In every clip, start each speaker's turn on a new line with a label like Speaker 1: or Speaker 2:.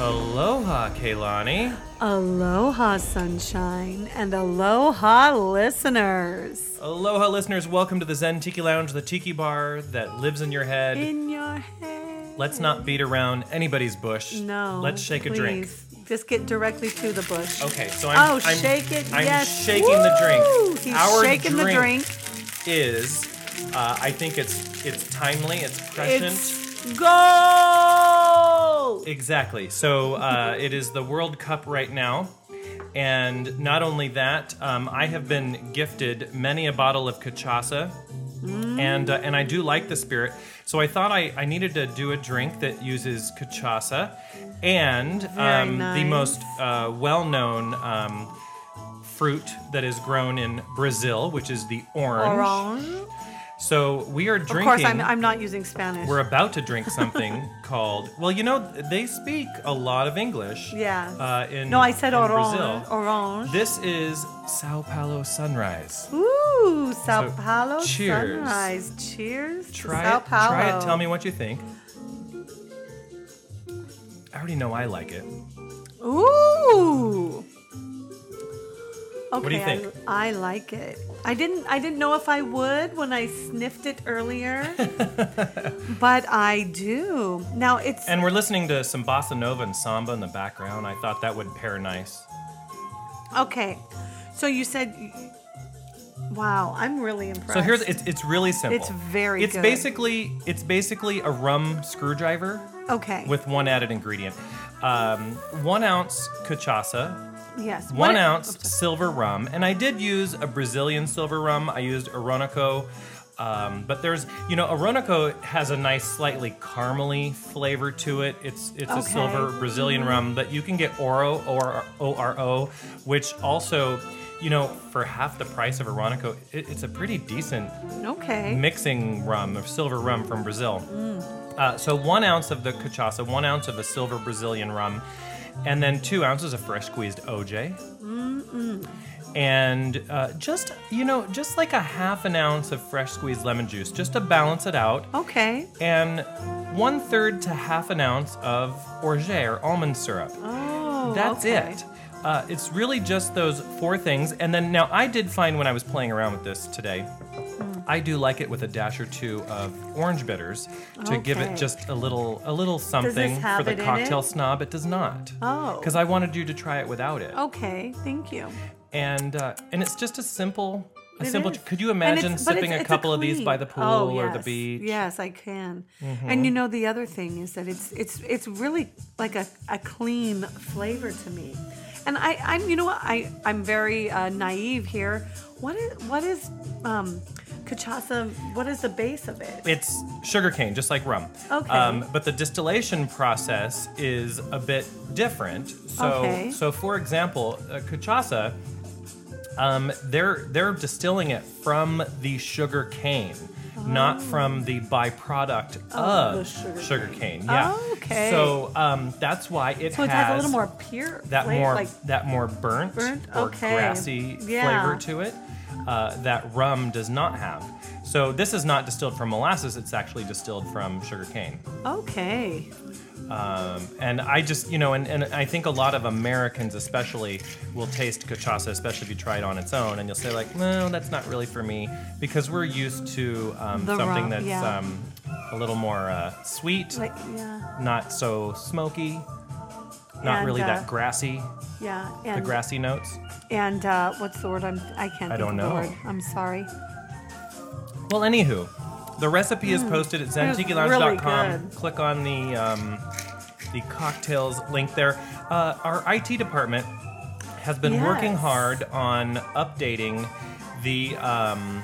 Speaker 1: Aloha, Kaylani.
Speaker 2: Aloha, sunshine, and aloha, listeners.
Speaker 1: Aloha, listeners. Welcome to the Zen Tiki Lounge, the tiki bar that lives in your head.
Speaker 2: In your head.
Speaker 1: Let's not beat around anybody's bush.
Speaker 2: No.
Speaker 1: Let's shake a drink.
Speaker 2: please. Just get directly to the bush.
Speaker 1: Okay, so I'm,
Speaker 2: oh,
Speaker 1: I'm-
Speaker 2: shake it.
Speaker 1: I'm
Speaker 2: yes.
Speaker 1: shaking the
Speaker 2: Woo!
Speaker 1: drink.
Speaker 2: He's
Speaker 1: Our
Speaker 2: shaking
Speaker 1: drink
Speaker 2: the drink.
Speaker 1: Is uh, I think it's it's timely, it's prescient.
Speaker 2: It's gold.
Speaker 1: Exactly. So uh, it is the World Cup right now. And not only that, um, I have been gifted many a bottle of cachaça.
Speaker 2: Mm.
Speaker 1: And, uh, and I do like the spirit. So I thought I, I needed to do a drink that uses cachaça and
Speaker 2: Very
Speaker 1: um, the
Speaker 2: nice.
Speaker 1: most uh, well known um, fruit that is grown in Brazil, which is the orange.
Speaker 2: Orange.
Speaker 1: So we are
Speaker 2: Of
Speaker 1: drinking.
Speaker 2: course, I'm, I'm not using Spanish.
Speaker 1: We're about to drink something called. Well, you know, they speak a lot of English.
Speaker 2: Yeah.
Speaker 1: Uh, in
Speaker 2: no, I said
Speaker 1: in
Speaker 2: orange.
Speaker 1: Brazil.
Speaker 2: Orange.
Speaker 1: This is Sao Paulo sunrise.
Speaker 2: Ooh, Sao
Speaker 1: So,
Speaker 2: Paulo
Speaker 1: cheers.
Speaker 2: sunrise. Cheers. to
Speaker 1: Try
Speaker 2: Sao
Speaker 1: it.
Speaker 2: Paulo.
Speaker 1: Try it. Tell me what you think. I already know I like it.
Speaker 2: Ooh. Okay,
Speaker 1: do you think?
Speaker 2: I, I like it. I didn't. I didn't know if I would when I sniffed it earlier, but I do now. It's
Speaker 1: And we're listening to some bossa nova and samba in the background. I thought that would pair nice.
Speaker 2: okay. So you said, "Wow, I'm really impressed."
Speaker 1: So here's it's it's really simple.
Speaker 2: It's very
Speaker 1: It's
Speaker 2: good.
Speaker 1: basically it's basically a rum screwdriver
Speaker 2: okay.
Speaker 1: with one added ingredient. Um, one ounce cachaça,
Speaker 2: yes,
Speaker 1: one
Speaker 2: What-
Speaker 1: ounce silver rum, and I did use a Brazilian silver rum. I used Orinoco, um, but there's you know Orinoco has a nice, slightly caramely flavor to it. It's it's a
Speaker 2: Okay.
Speaker 1: silver Brazilian rum, but you can get Oro or O R O, which also you know for half the price of Orinoco, it, it's a pretty decent
Speaker 2: Okay.
Speaker 1: mixing rum or silver rum from Brazil. Uh, so one ounce of the cachaça, one ounce of a silver Brazilian rum, and then two ounces of fresh squeezed OJ. And uh, just, you know, just like a half an ounce of fresh squeezed lemon juice, just to balance it out.
Speaker 2: okay.
Speaker 1: And one third to half an ounce of orgeat or almond syrup.
Speaker 2: Oh,
Speaker 1: That's
Speaker 2: okay.
Speaker 1: it. Uh, it's really just those four things. And then now I did find when I was playing around with this today,
Speaker 2: Hmm.
Speaker 1: I do like it with a dash or two of orange bitters to give it
Speaker 2: Okay.
Speaker 1: just a little a little something for
Speaker 2: have
Speaker 1: the
Speaker 2: it in
Speaker 1: cocktail
Speaker 2: it?
Speaker 1: snob. It does not.
Speaker 2: Oh.
Speaker 1: Because I wanted you to try it without it.
Speaker 2: Okay. Thank you.
Speaker 1: And uh, and it's just a simple a
Speaker 2: It
Speaker 1: simple.
Speaker 2: is.
Speaker 1: Could you
Speaker 2: And
Speaker 1: imagine
Speaker 2: it's- but
Speaker 1: sipping
Speaker 2: it's-
Speaker 1: a
Speaker 2: it's
Speaker 1: couple of these by
Speaker 2: clean-
Speaker 1: the pool
Speaker 2: Oh,
Speaker 1: or the
Speaker 2: yes.
Speaker 1: beach? Mm-hmm.
Speaker 2: Yes, I can. And you know the other thing is that it's it's it's really like a, a clean flavor to me. And I I'm you know what I I'm very uh, naive here. What is what is um cachaça? What is the base of it?
Speaker 1: It's sugarcane, just like rum. Um,
Speaker 2: Okay.
Speaker 1: but the distillation process is a bit different. So,
Speaker 2: Okay.
Speaker 1: so for example, uh, cachaça, um, they're they're distilling it from the sugar cane. Not from the byproduct
Speaker 2: Oh. Of the
Speaker 1: of
Speaker 2: sugar
Speaker 1: sugarcane. Yeah.
Speaker 2: Okay.
Speaker 1: So um, that's why it
Speaker 2: So it has, a little more pure
Speaker 1: that
Speaker 2: flavor,
Speaker 1: more
Speaker 2: like
Speaker 1: that more burnt,
Speaker 2: Burnt?
Speaker 1: or
Speaker 2: Okay.
Speaker 1: grassy
Speaker 2: Yeah.
Speaker 1: flavor to it uh, that rum does not have. So this is not distilled from molasses; it's actually distilled from sugarcane.
Speaker 2: okay.
Speaker 1: Um, and I just, you know, and, and I think a lot of Americans, especially, will taste cachaça, especially if you try it on its own, and you'll say like, "No, that's not really for me," because we're used to um,
Speaker 2: The
Speaker 1: something
Speaker 2: rum,
Speaker 1: that's
Speaker 2: yeah.
Speaker 1: um, a little more uh, sweet,
Speaker 2: Like yeah,
Speaker 1: not so smoky, not
Speaker 2: And,
Speaker 1: really
Speaker 2: uh,
Speaker 1: that grassy,
Speaker 2: yeah.
Speaker 1: the
Speaker 2: And
Speaker 1: grassy notes.
Speaker 2: and uh, what's the word? I'm I can't.
Speaker 1: I
Speaker 2: think
Speaker 1: don't
Speaker 2: of the
Speaker 1: know.
Speaker 2: word. I'm sorry.
Speaker 1: Well, anywho, the recipe is posted at
Speaker 2: Hmm. That is
Speaker 1: zentikilounge.com.
Speaker 2: really good.
Speaker 1: Click on the um, the cocktails link there. Uh, our IT department has been working
Speaker 2: Yes.
Speaker 1: hard on updating the. Um,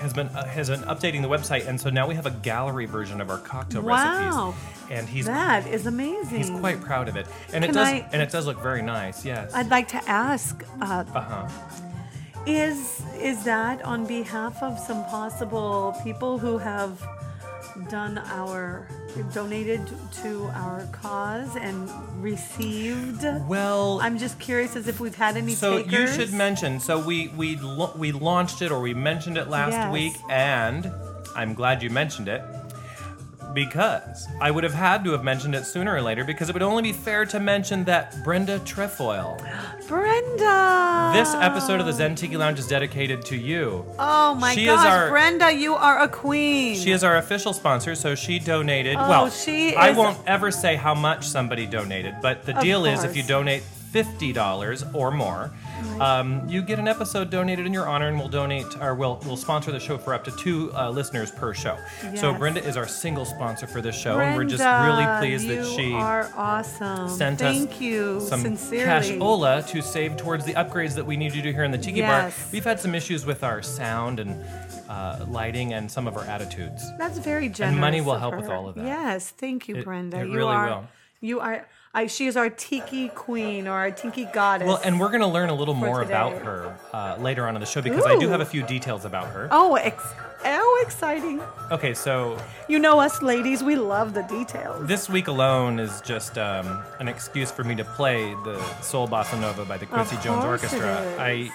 Speaker 1: has been uh, has been updating the website, and so now we have a gallery version of our cocktail
Speaker 2: Wow.
Speaker 1: recipes. And he's
Speaker 2: That is amazing.
Speaker 1: he's quite proud of it, and it
Speaker 2: Can
Speaker 1: does
Speaker 2: I-
Speaker 1: and it does look very nice. Yes.
Speaker 2: I'd like to ask uh,
Speaker 1: uh huh.
Speaker 2: Is is that on behalf of some possible people who have done our donated to our cause and received?
Speaker 1: Well,
Speaker 2: I'm just curious as if we've had any
Speaker 1: So
Speaker 2: takers.
Speaker 1: you should mention. So we we lo- we launched it or we mentioned it last
Speaker 2: Yes.
Speaker 1: week, and I'm glad you mentioned it. because I would have had to have mentioned it sooner or later because it would only be fair to mention that Brenda Trefoil.
Speaker 2: Brenda.
Speaker 1: This episode of the Zen Tiki Lounge is dedicated to you.
Speaker 2: Oh my
Speaker 1: She is
Speaker 2: gosh,
Speaker 1: our-
Speaker 2: Brenda, you are a queen.
Speaker 1: She is our official sponsor, so she donated.
Speaker 2: Oh,
Speaker 1: well,
Speaker 2: she
Speaker 1: I
Speaker 2: is-
Speaker 1: won't ever say how much somebody donated, but the
Speaker 2: Of
Speaker 1: deal is if you
Speaker 2: course.
Speaker 1: donate $50 or more, um, you get an episode donated in your honor, and we'll donate or we'll, we'll sponsor the show for up to two uh, listeners per show. So
Speaker 2: Yes.
Speaker 1: Brenda is our single sponsor for this show,
Speaker 2: Brenda,
Speaker 1: and we're just really pleased that
Speaker 2: you
Speaker 1: she
Speaker 2: are awesome.
Speaker 1: sent
Speaker 2: Thank
Speaker 1: us
Speaker 2: you
Speaker 1: some Oh,
Speaker 2: sincerely.
Speaker 1: cashola to save towards the upgrades that we need to do here in the Tiki Bar.
Speaker 2: Yes.
Speaker 1: We've had some issues with our sound and uh, lighting and some of our attitudes.
Speaker 2: That's very generous.
Speaker 1: money will
Speaker 2: of
Speaker 1: help
Speaker 2: her.
Speaker 1: with all of that.
Speaker 2: Yes, thank you,
Speaker 1: It-
Speaker 2: Brenda.
Speaker 1: it
Speaker 2: you
Speaker 1: really
Speaker 2: are,
Speaker 1: will.
Speaker 2: You are. I, she is our tiki queen or our tiki goddess.
Speaker 1: Well, and we're going to learn a little more
Speaker 2: today.
Speaker 1: about her uh, later on in the show because I do
Speaker 2: Ooh.
Speaker 1: have a few details about her.
Speaker 2: oh, ex- oh, exciting!
Speaker 1: Okay, so
Speaker 2: You know us, ladies. We love the details.
Speaker 1: this week alone is just um, an excuse for me to play the Soul Bossa Nova by the Quincy Jones
Speaker 2: course it
Speaker 1: Orchestra.
Speaker 2: is.
Speaker 1: I, I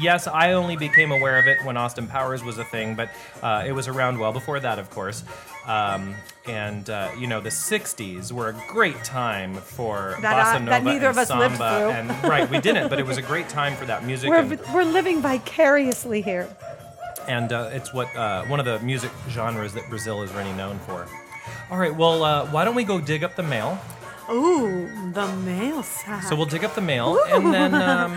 Speaker 1: yes, I only became aware of it when Austin Powers was a thing, but uh, it was around well before that, of course. Um, and uh, you know, the '60s were a great time for
Speaker 2: That I-
Speaker 1: bossa nova
Speaker 2: that neither
Speaker 1: and
Speaker 2: of us
Speaker 1: samba,
Speaker 2: lived through.
Speaker 1: and right, we didn't, but it was a great time for that music.
Speaker 2: We're
Speaker 1: and-
Speaker 2: we're living vicariously here.
Speaker 1: and uh, it's what uh, one of the music genres that Brazil is really known for. All right, well, uh, why don't we go dig up the mail?
Speaker 2: Ooh, the mail sack.
Speaker 1: So we'll dig up the mail, and then um,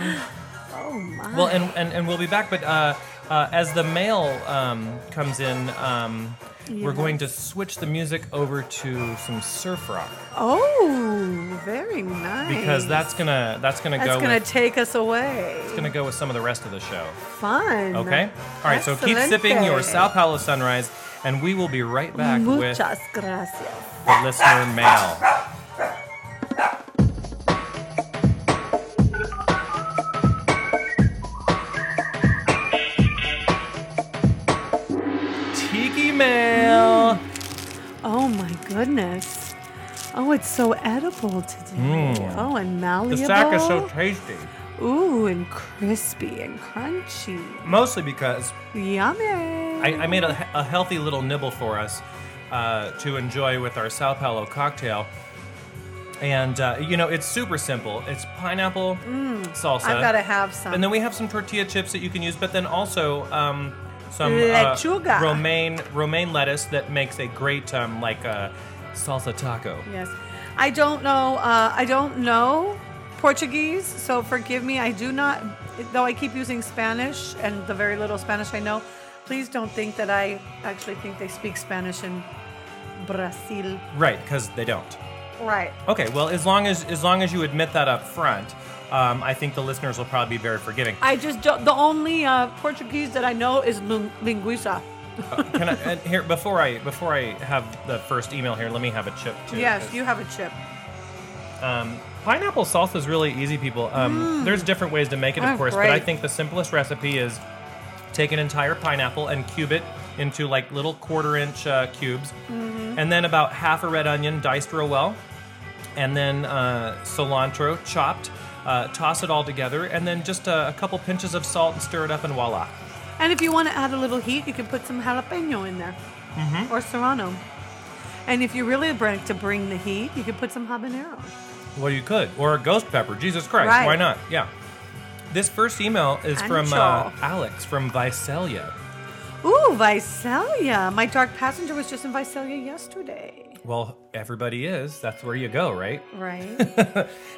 Speaker 2: oh my.
Speaker 1: well, and, and and we'll be back. But uh, uh, as the mail um, comes in, um, we're going to switch the music over to some surf rock
Speaker 2: oh, very nice.
Speaker 1: because that's gonna that's gonna
Speaker 2: that's
Speaker 1: go
Speaker 2: gonna
Speaker 1: with,
Speaker 2: take us away.
Speaker 1: gonna go with some of the rest of the show.
Speaker 2: Fun.
Speaker 1: Okay. All right. So keep sipping your
Speaker 2: Excelente.
Speaker 1: Sao Paulo sunrise, and we will be right back with
Speaker 2: Muchas gracias.
Speaker 1: the listener mail. Tiki mail.
Speaker 2: Oh my goodness. Oh, it's so edible today. Oh, and malleable.
Speaker 1: Mm. The sack is so tasty,
Speaker 2: Ooh, and crispy and crunchy.
Speaker 1: mostly because
Speaker 2: Yummy.
Speaker 1: I, I made a, a healthy little nibble for us uh, to enjoy with our Sao Paulo cocktail. And uh, you know, it's super simple. It's pineapple salsa.
Speaker 2: have got to have some.
Speaker 1: uh, And then we have some tortilla chips that you can use, but then also um, some
Speaker 2: Lechuga.
Speaker 1: Uh, romaine romaine lettuce that makes a great um, like uh, salsa taco.
Speaker 2: yes. I don't know. Uh, I don't know Portuguese, so forgive me. I do not, though I keep using Spanish and the very little Spanish I know. Please don't think that I actually think they speak Spanish in Brazil.
Speaker 1: Right, because they don't.
Speaker 2: Right.
Speaker 1: Okay, well, as long as as long as you admit that up front, um, I think the listeners will probably be very forgiving.
Speaker 2: I just don't. The only uh, Portuguese that I know is lin- linguiça.
Speaker 1: Can I, and here before I before I have the first email here, let me have a chip too.
Speaker 2: Yes,
Speaker 1: 'cause,
Speaker 2: you have a chip.
Speaker 1: Um, pineapple salsa is really easy, people. Um, There's different ways to make it, of
Speaker 2: Mm. Oh,
Speaker 1: course, but I
Speaker 2: great.
Speaker 1: think the simplest recipe is take an entire pineapple and cube it into like little quarter inch uh, cubes,
Speaker 2: Mm-hmm.
Speaker 1: and then about half a red onion diced real well, and then uh, cilantro chopped. Uh, toss it all together, and then just uh, a, a couple pinches of salt and stir it up, and voila.
Speaker 2: And if you want to add a little heat, you can put some jalapeno in there
Speaker 1: Mm-hmm.
Speaker 2: or serrano. And if you really like to bring the heat, you can put some habanero.
Speaker 1: Well, you could, or a ghost pepper. Jesus Christ,
Speaker 2: Right.
Speaker 1: why not? Yeah. This first email is from uh,
Speaker 2: Ancho.
Speaker 1: Alex from Visalia.
Speaker 2: Ooh, Visalia. My dark passenger was just in Visalia yesterday.
Speaker 1: Well, everybody is. That's where you go, right?
Speaker 2: Right?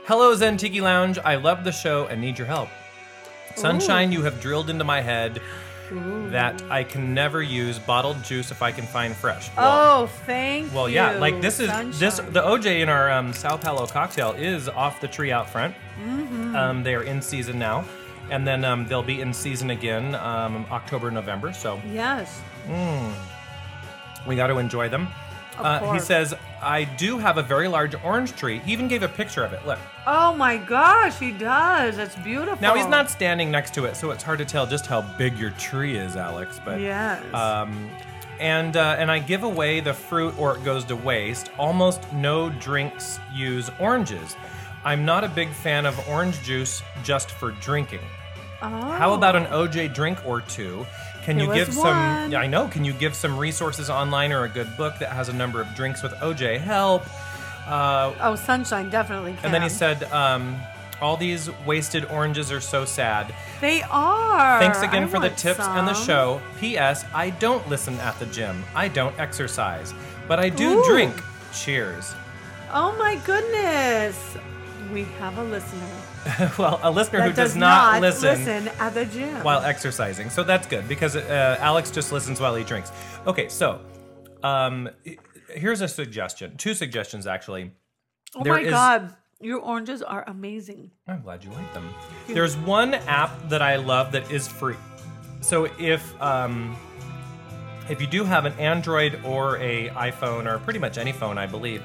Speaker 1: Hello, Zen Tiki Lounge. I love the show and need your help. Sunshine, you have drilled into my head that I can never use bottled juice if I can find fresh. Well,
Speaker 2: oh, thank
Speaker 1: well,
Speaker 2: you.
Speaker 1: yeah. Like this is this
Speaker 2: sunshine.
Speaker 1: the OJ in our um, Sao Paulo cocktail is off the tree out front.
Speaker 2: Mm-hmm.
Speaker 1: Um, they are in season now, and then um, they'll be in season again um, October, November. So
Speaker 2: Yes.
Speaker 1: We got to enjoy them. Uh, he
Speaker 2: course.
Speaker 1: says, I do have a very large orange tree. He even gave a picture of it. Look.
Speaker 2: Oh my gosh, he does. That's beautiful.
Speaker 1: Now, he's not standing next to it, so it's hard to tell just how big your tree is, Alex. But
Speaker 2: Yes.
Speaker 1: Um, and uh, and I give away the fruit or it goes to waste. Almost no drinks use oranges. I'm not a big fan of orange juice just for drinking.
Speaker 2: Oh.
Speaker 1: How about an OJ drink or two? Can
Speaker 2: There
Speaker 1: you
Speaker 2: was
Speaker 1: give some?
Speaker 2: one.
Speaker 1: Yeah, I know. Can you give some resources online or a good book that has a number of drinks with OJ? Help. Uh,
Speaker 2: Oh, sunshine definitely can.
Speaker 1: and then he said, um, "All these wasted oranges are so sad."
Speaker 2: "They are."
Speaker 1: Thanks again
Speaker 2: I
Speaker 1: for the
Speaker 2: want
Speaker 1: tips and the
Speaker 2: some.
Speaker 1: show. P.S. I don't listen at the gym. I don't exercise, but I do
Speaker 2: Ooh.
Speaker 1: drink. Cheers.
Speaker 2: Oh my goodness, we have a listener
Speaker 1: well, a listener
Speaker 2: that
Speaker 1: who does, not,
Speaker 2: at the gym.
Speaker 1: while exercising. So that's good because uh, Alex just listens while he drinks. Okay, so um, h- here's a suggestion. Two suggestions, actually.
Speaker 2: oh
Speaker 1: there
Speaker 2: my
Speaker 1: is-
Speaker 2: god, your oranges are amazing.
Speaker 1: I'm glad you like them. There's one app that I love that is free. So if um, if you do have an Android or a iPhone or pretty much any phone, I believe,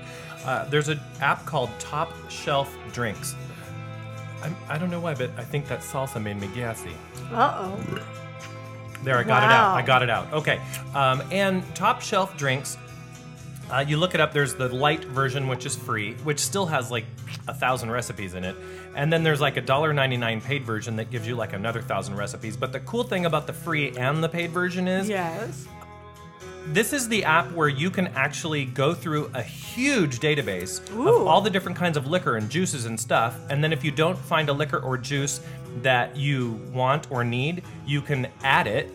Speaker 1: uh, there's an app called Top Shelf Drinks. I'm, I don't know why, but I think that salsa made me gassy.
Speaker 2: Uh oh.
Speaker 1: There, I got it out.
Speaker 2: Wow.
Speaker 1: I got it out. Okay. Um, and top shelf drinks, uh, you look it up. There's the light version, which is free, which still has like a thousand recipes in it. And then there's like a $1.99 paid version that gives you like another thousand recipes. But the cool thing about the free and the paid version is
Speaker 2: Yes.
Speaker 1: this is the app where you can actually go through a huge database of
Speaker 2: Ooh.
Speaker 1: all the different kinds of liquor and juices and stuff. And then if you don't find a liquor or juice that you want or need, you can add it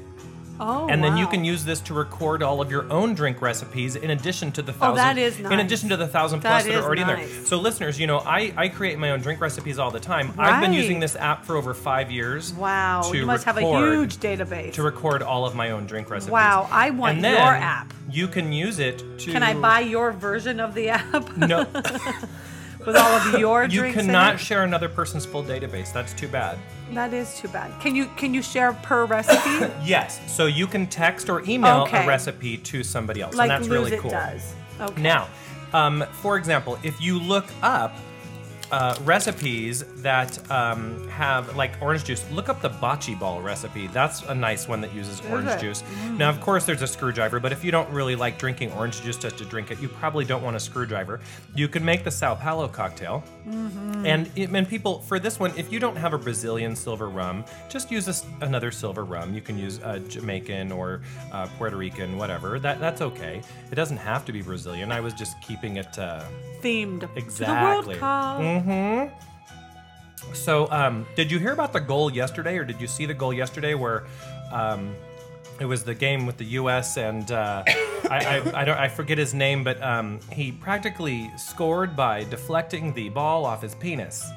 Speaker 2: Oh.
Speaker 1: and then you
Speaker 2: wow.
Speaker 1: can use this to record all of your own drink recipes in addition to the
Speaker 2: Oh,
Speaker 1: thousand.
Speaker 2: that is
Speaker 1: In
Speaker 2: nice.
Speaker 1: addition to the thousand plus
Speaker 2: That
Speaker 1: that are
Speaker 2: is
Speaker 1: already in there.
Speaker 2: nice.
Speaker 1: So, listeners, you know, I, I create my own drink recipes all the time. I've been
Speaker 2: Right.
Speaker 1: using this app for over five years.
Speaker 2: Wow,
Speaker 1: to
Speaker 2: you must have a
Speaker 1: record-
Speaker 2: huge database.
Speaker 1: to record all of my own drink recipes.
Speaker 2: Wow, I want
Speaker 1: and then
Speaker 2: your app.
Speaker 1: You can use it to.
Speaker 2: Can I buy your version of the app
Speaker 1: No,
Speaker 2: with all of your
Speaker 1: you
Speaker 2: drinks? in
Speaker 1: cannot
Speaker 2: it?
Speaker 1: share another person's full database. That's too bad.
Speaker 2: that is too bad. Can you can you share per recipe
Speaker 1: Yes, so you can text or email a
Speaker 2: Okay.
Speaker 1: recipe to somebody else,
Speaker 2: like
Speaker 1: and that's
Speaker 2: Lose
Speaker 1: really
Speaker 2: It
Speaker 1: cool.
Speaker 2: does? Okay.
Speaker 1: Now, um, for example, if you look up uh, recipes that um, have like orange juice, look up the bocce ball recipe. That's a nice one that uses orange
Speaker 2: it?
Speaker 1: juice. Now, of course, there's a screwdriver, but if you don't really like drinking orange juice just to drink it, you probably don't want a screwdriver. You can make the Sao Paulo cocktail. And it, and people for this one, if you don't have a Brazilian silver rum, just use this, another silver rum. You can use uh, Jamaican or uh, Puerto Rican, whatever. That that's okay. It doesn't have to be Brazilian. I was just keeping it. Uh...
Speaker 2: themed to the
Speaker 1: Exactly.
Speaker 2: World Cup.
Speaker 1: So, um, did you hear about the goal yesterday, or did you see the goal yesterday where? Um, it was the game with the U.S. and uh, I, I, I, don't, I forget his name, but um, he practically scored by deflecting the ball off his penis.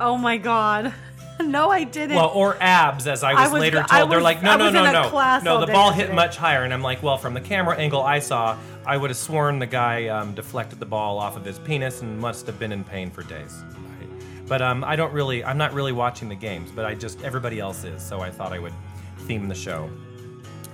Speaker 2: Oh my god. No, I didn't.
Speaker 1: Well, or abs, as I was,
Speaker 2: I was-
Speaker 1: later
Speaker 2: I
Speaker 1: told. They're
Speaker 2: was-
Speaker 1: like, no,
Speaker 2: I
Speaker 1: no,
Speaker 2: was
Speaker 1: no,
Speaker 2: in a
Speaker 1: no,
Speaker 2: class
Speaker 1: no.
Speaker 2: all
Speaker 1: The
Speaker 2: day
Speaker 1: ball hit
Speaker 2: yesterday.
Speaker 1: much higher, and I'm like, well, from the camera angle I saw, I would have sworn the guy um, deflected the ball off of his penis and must have been in pain for days. Right. But um, I don't really, I'm not really watching the games, but I just everybody else is, so I thought I would theme the show,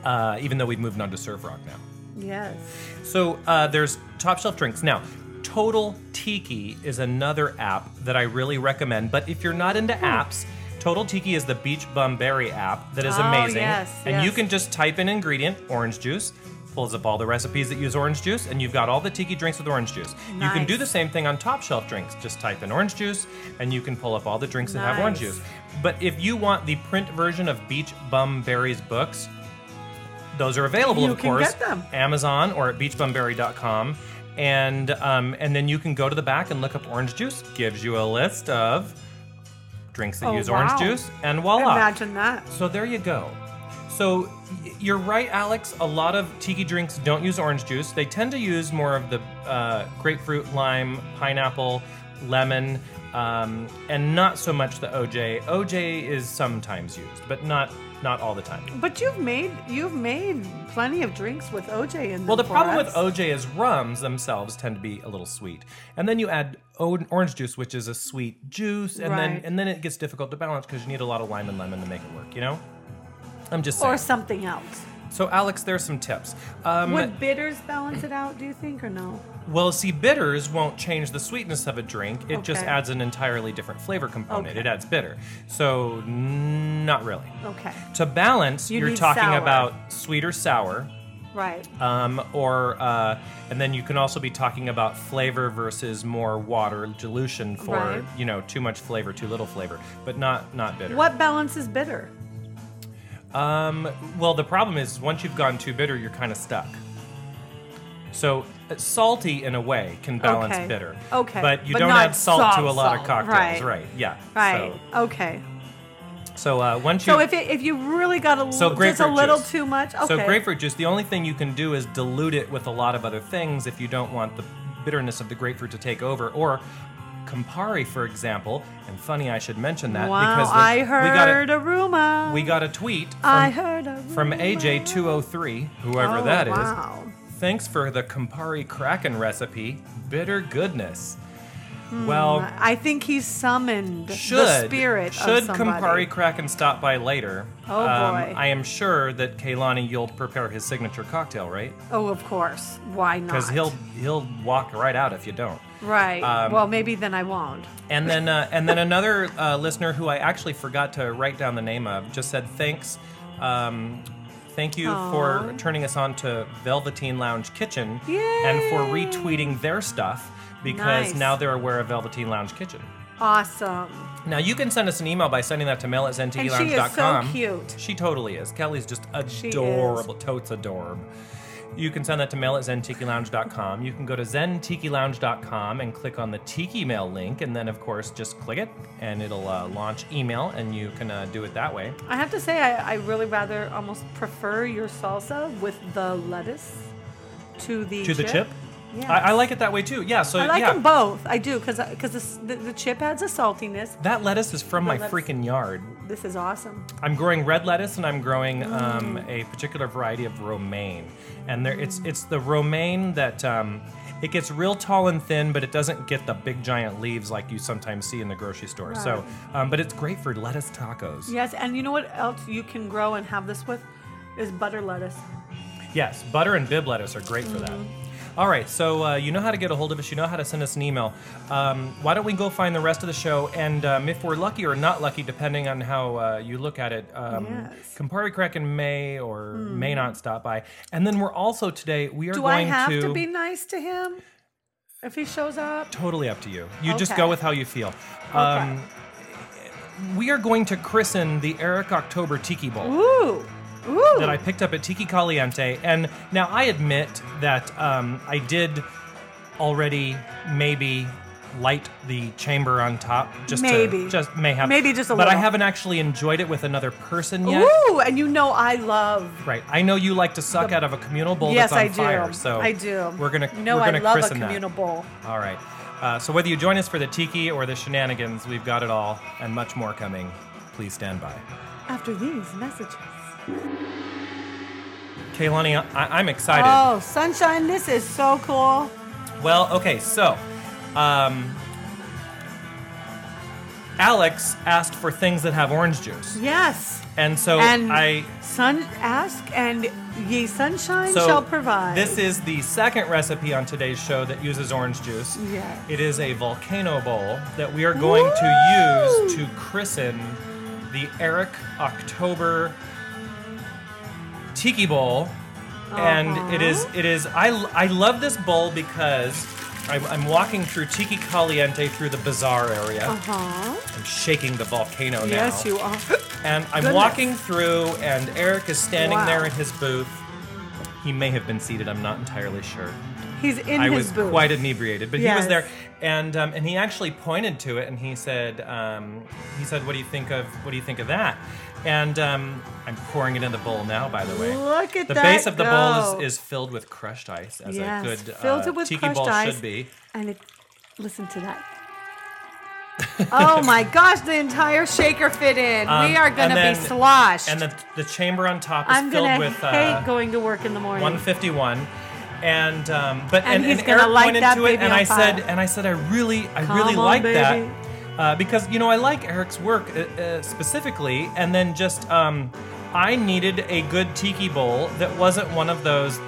Speaker 1: uh, even though we've moved on to surf rock now.
Speaker 2: yes.
Speaker 1: So uh, there's top shelf drinks. Now, Total Tiki is another app that I really recommend. But if you're not into
Speaker 2: Hmm.
Speaker 1: apps, Total Tiki is the beach bum berry app that is
Speaker 2: Oh,
Speaker 1: amazing.
Speaker 2: yes,
Speaker 1: and you
Speaker 2: yes.
Speaker 1: can just type in ingredient orange juice. Pulls up all the recipes that use orange juice, and you've got all the tiki drinks with orange juice. You can
Speaker 2: Nice.
Speaker 1: do the same thing on top shelf drinks. Just type in orange juice, and you can pull up all the drinks that have orange
Speaker 2: Nice.
Speaker 1: juice. But if you want the print version of Beach Bum Berry's books, those are available,
Speaker 2: You
Speaker 1: of
Speaker 2: can
Speaker 1: course.
Speaker 2: get them.
Speaker 1: Amazon or at beachbumberry.com. And um, and then you can go to the back and look up orange juice. Gives you a list of drinks that
Speaker 2: Oh,
Speaker 1: use
Speaker 2: wow.
Speaker 1: orange juice, and voila.
Speaker 2: Imagine that.
Speaker 1: So there you go. So y- you're right, Alex. A lot of tiki drinks don't use orange juice. They tend to use more of the uh, grapefruit, lime, pineapple, lemon, um, and not so much the OJ. OJ is sometimes used, but not not all the time.
Speaker 2: But you've made you've made plenty of drinks with OJ in them
Speaker 1: Well, the
Speaker 2: for
Speaker 1: problem
Speaker 2: us.
Speaker 1: with OJ is rums themselves tend to be a little sweet, and then you add o- orange juice, which is a sweet juice, and then
Speaker 2: Right.
Speaker 1: and then it gets difficult to balance because you need a lot of lime and lemon to make it work. You know, I'm just saying.
Speaker 2: or something else.
Speaker 1: so, Alex, there's some tips. Um,
Speaker 2: Would bitters balance it out? Do you think or no?
Speaker 1: well, see, bitters won't change the sweetness of a drink. It just
Speaker 2: Okay.
Speaker 1: adds an entirely different flavor component.
Speaker 2: Okay.
Speaker 1: It adds bitter, so n- not really.
Speaker 2: Okay.
Speaker 1: To balance,
Speaker 2: You
Speaker 1: are
Speaker 2: need
Speaker 1: talking
Speaker 2: sour.
Speaker 1: about sweet or sour.
Speaker 2: Right.
Speaker 1: um, or uh, and then you can also be talking about flavor versus more water dilution for
Speaker 2: Right.
Speaker 1: you know too much flavor, too little flavor, but not not bitter.
Speaker 2: What balance is bitter?
Speaker 1: Um, well, the problem is once you've gone too bitter, you're kind of stuck. So uh, salty in a way can balance
Speaker 2: Okay.
Speaker 1: bitter.
Speaker 2: Okay.
Speaker 1: But you
Speaker 2: But
Speaker 1: don't
Speaker 2: not
Speaker 1: add salt,
Speaker 2: salt,
Speaker 1: to a lot of
Speaker 2: salt.
Speaker 1: cocktails,
Speaker 2: Right.
Speaker 1: right? Yeah.
Speaker 2: Right. Okay.
Speaker 1: So, so uh, once you
Speaker 2: So if, it, if you really got a
Speaker 1: So
Speaker 2: little just a
Speaker 1: grapefruit
Speaker 2: little
Speaker 1: juice.
Speaker 2: too much, okay.
Speaker 1: So grapefruit juice, the only thing you can do is dilute it with a lot of other things if you don't want the bitterness of the grapefruit to take over or Campari, for example, and funny I should mention that
Speaker 2: Wow,
Speaker 1: because the-
Speaker 2: I
Speaker 1: we got
Speaker 2: heard
Speaker 1: a,
Speaker 2: a, rumor.
Speaker 1: we got a tweet from,
Speaker 2: I heard a rumor.
Speaker 1: from AJ203, whoever
Speaker 2: oh,
Speaker 1: that is.
Speaker 2: Wow.
Speaker 1: Thanks for the Campari Kraken recipe. Bitter goodness. well,
Speaker 2: I think he's summoned
Speaker 1: should
Speaker 2: Hmm, the spirit
Speaker 1: should
Speaker 2: of somebody.
Speaker 1: Campari Kraken stop by later? Um,
Speaker 2: Oh, boy.
Speaker 1: I am sure that Kaylani, you'll prepare his signature cocktail, right?
Speaker 2: Oh, of course. Why not?
Speaker 1: Because he'll he'll walk right out if you don't.
Speaker 2: Right.
Speaker 1: um,
Speaker 2: well, maybe then I won't.
Speaker 1: And then uh, and then another uh, listener who I actually forgot to write down the name of just said thanks. Um, Thank you for
Speaker 2: Aw.
Speaker 1: turning us on to Velveteen Lounge Kitchen and for
Speaker 2: Yay.
Speaker 1: retweeting their stuff because
Speaker 2: Nice.
Speaker 1: now they're aware of Velveteen Lounge Kitchen.
Speaker 2: Awesome.
Speaker 1: Now you can send us an email by sending that to mail at
Speaker 2: And she is so cute.
Speaker 1: She totally is. Kelly's just
Speaker 2: is.
Speaker 1: adorable. Totes adorb. You can send that to mail at zentikilounge.com. You can go to zentikilounge.com and click on the Tiki Mail link, and then, of course, just click it, and it'll uh, launch email, and you can uh, do it that way.
Speaker 2: I have to say, I, I really rather almost prefer your salsa with the lettuce to the
Speaker 1: To the chip?
Speaker 2: Yeah.
Speaker 1: I, I like it that way too. Yeah, so
Speaker 2: I like
Speaker 1: yeah,
Speaker 2: them both. I do because because the, the chip adds a saltiness.
Speaker 1: that lettuce is from my
Speaker 2: lettuce-
Speaker 1: freaking yard.
Speaker 2: This is awesome.
Speaker 1: I'm growing red lettuce and I'm growing um, a particular variety of romaine. And there, it's it's the romaine that um, it gets real tall and thin, but it doesn't get the big giant leaves like you sometimes see in the grocery store. So, um, but it's great for lettuce tacos.
Speaker 2: Yes, and you know what else you can grow and have this with is butter lettuce.
Speaker 1: Yes, butter and bib lettuce are great for that.
Speaker 2: Mm.
Speaker 1: All right, so uh, you know how to get a hold of us. You know how to send us an email. Um, why don't we go find the rest of the show? And um, if we're lucky or not lucky, depending on how uh, you look at it, um,
Speaker 2: Yes. Hmm.
Speaker 1: Campari Kraken may or may not stop by. And then we're also today we are
Speaker 2: Do I
Speaker 1: going
Speaker 2: have to... be nice to him if he shows up?
Speaker 1: totally up to you. You just
Speaker 2: Okay.
Speaker 1: go with how you feel. Um, we are going to christen the Eric October Tiki Bowl.
Speaker 2: Ooh, ooh.
Speaker 1: that I picked up at Tiki Caliente. And now I admit that um, I did already maybe light the chamber on top just
Speaker 2: Maybe.
Speaker 1: to just mayhap
Speaker 2: Maybe just a
Speaker 1: but i
Speaker 2: little.
Speaker 1: haven't actually enjoyed it with another person yet
Speaker 2: Ooh, and you know I love.
Speaker 1: right i know you like to suck out of a communal bowl
Speaker 2: yes,
Speaker 1: that's on
Speaker 2: I do.
Speaker 1: fire so
Speaker 2: I do.
Speaker 1: we're gonna
Speaker 2: You know
Speaker 1: we're gonna
Speaker 2: I love a
Speaker 1: christen that.
Speaker 2: communal bowl.
Speaker 1: all right uh, so whether you join us for the tiki or the shenanigans we've got it all and much more coming please stand by
Speaker 2: After these messages.
Speaker 1: kaylani I- i'm excited
Speaker 2: Oh, sunshine! This is so cool.
Speaker 1: Well, okay, so um, Alex asked for things that have orange juice,
Speaker 2: Yes.
Speaker 1: and so
Speaker 2: and
Speaker 1: I.
Speaker 2: sun ask and ye sunshine
Speaker 1: So
Speaker 2: shall provide.
Speaker 1: This is the second recipe on today's show that uses orange juice.
Speaker 2: Yes.
Speaker 1: It is a volcano bowl that we are going to use
Speaker 2: Woo!
Speaker 1: to christen the Eric October Tiki Bowl. And it is it is I, I love this bowl because I, I'm walking through Tiki Caliente through the bazaar area.
Speaker 2: Huh?
Speaker 1: I'm shaking the volcano now.
Speaker 2: Uh-huh. Yes, you are.
Speaker 1: And I'm
Speaker 2: Goodness.
Speaker 1: walking through, and Eric is standing
Speaker 2: Wow.
Speaker 1: there in his booth. He may have been seated. I'm not entirely sure.
Speaker 2: He's in
Speaker 1: I
Speaker 2: his
Speaker 1: was
Speaker 2: booth.
Speaker 1: quite inebriated, but he was
Speaker 2: Yes.
Speaker 1: there, and um, and he actually pointed to it, and he said, um, he said, "What do you think of what do you think of that?" And um, I'm pouring it in the bowl now. By the way,
Speaker 2: Look at
Speaker 1: the
Speaker 2: that
Speaker 1: base of the bowl
Speaker 2: go.
Speaker 1: is, is filled with crushed ice, as
Speaker 2: yes.
Speaker 1: a good
Speaker 2: filled
Speaker 1: uh,
Speaker 2: it with
Speaker 1: tiki
Speaker 2: crushed
Speaker 1: bowl
Speaker 2: ice.
Speaker 1: should be.
Speaker 2: And it, listen to that. oh my gosh! The entire shaker fit in.
Speaker 1: Um,
Speaker 2: we are
Speaker 1: and
Speaker 2: gonna
Speaker 1: then-
Speaker 2: be sloshed.
Speaker 1: And the the chamber on top is
Speaker 2: I'm
Speaker 1: filled
Speaker 2: gonna
Speaker 1: with.
Speaker 2: hate
Speaker 1: uh,
Speaker 2: going to work in the morning.
Speaker 1: 151 and um, but and,
Speaker 2: And he's
Speaker 1: and
Speaker 2: gonna
Speaker 1: Eric
Speaker 2: light
Speaker 1: pointed
Speaker 2: that
Speaker 1: to it
Speaker 2: baby
Speaker 1: and
Speaker 2: on
Speaker 1: I said
Speaker 2: fire.
Speaker 1: and I said I really I
Speaker 2: Come
Speaker 1: really
Speaker 2: on,
Speaker 1: like that
Speaker 2: baby.
Speaker 1: uh, because you know I like Eric's work uh, uh, specifically and then just um, I needed a good tiki bowl that wasn't one of those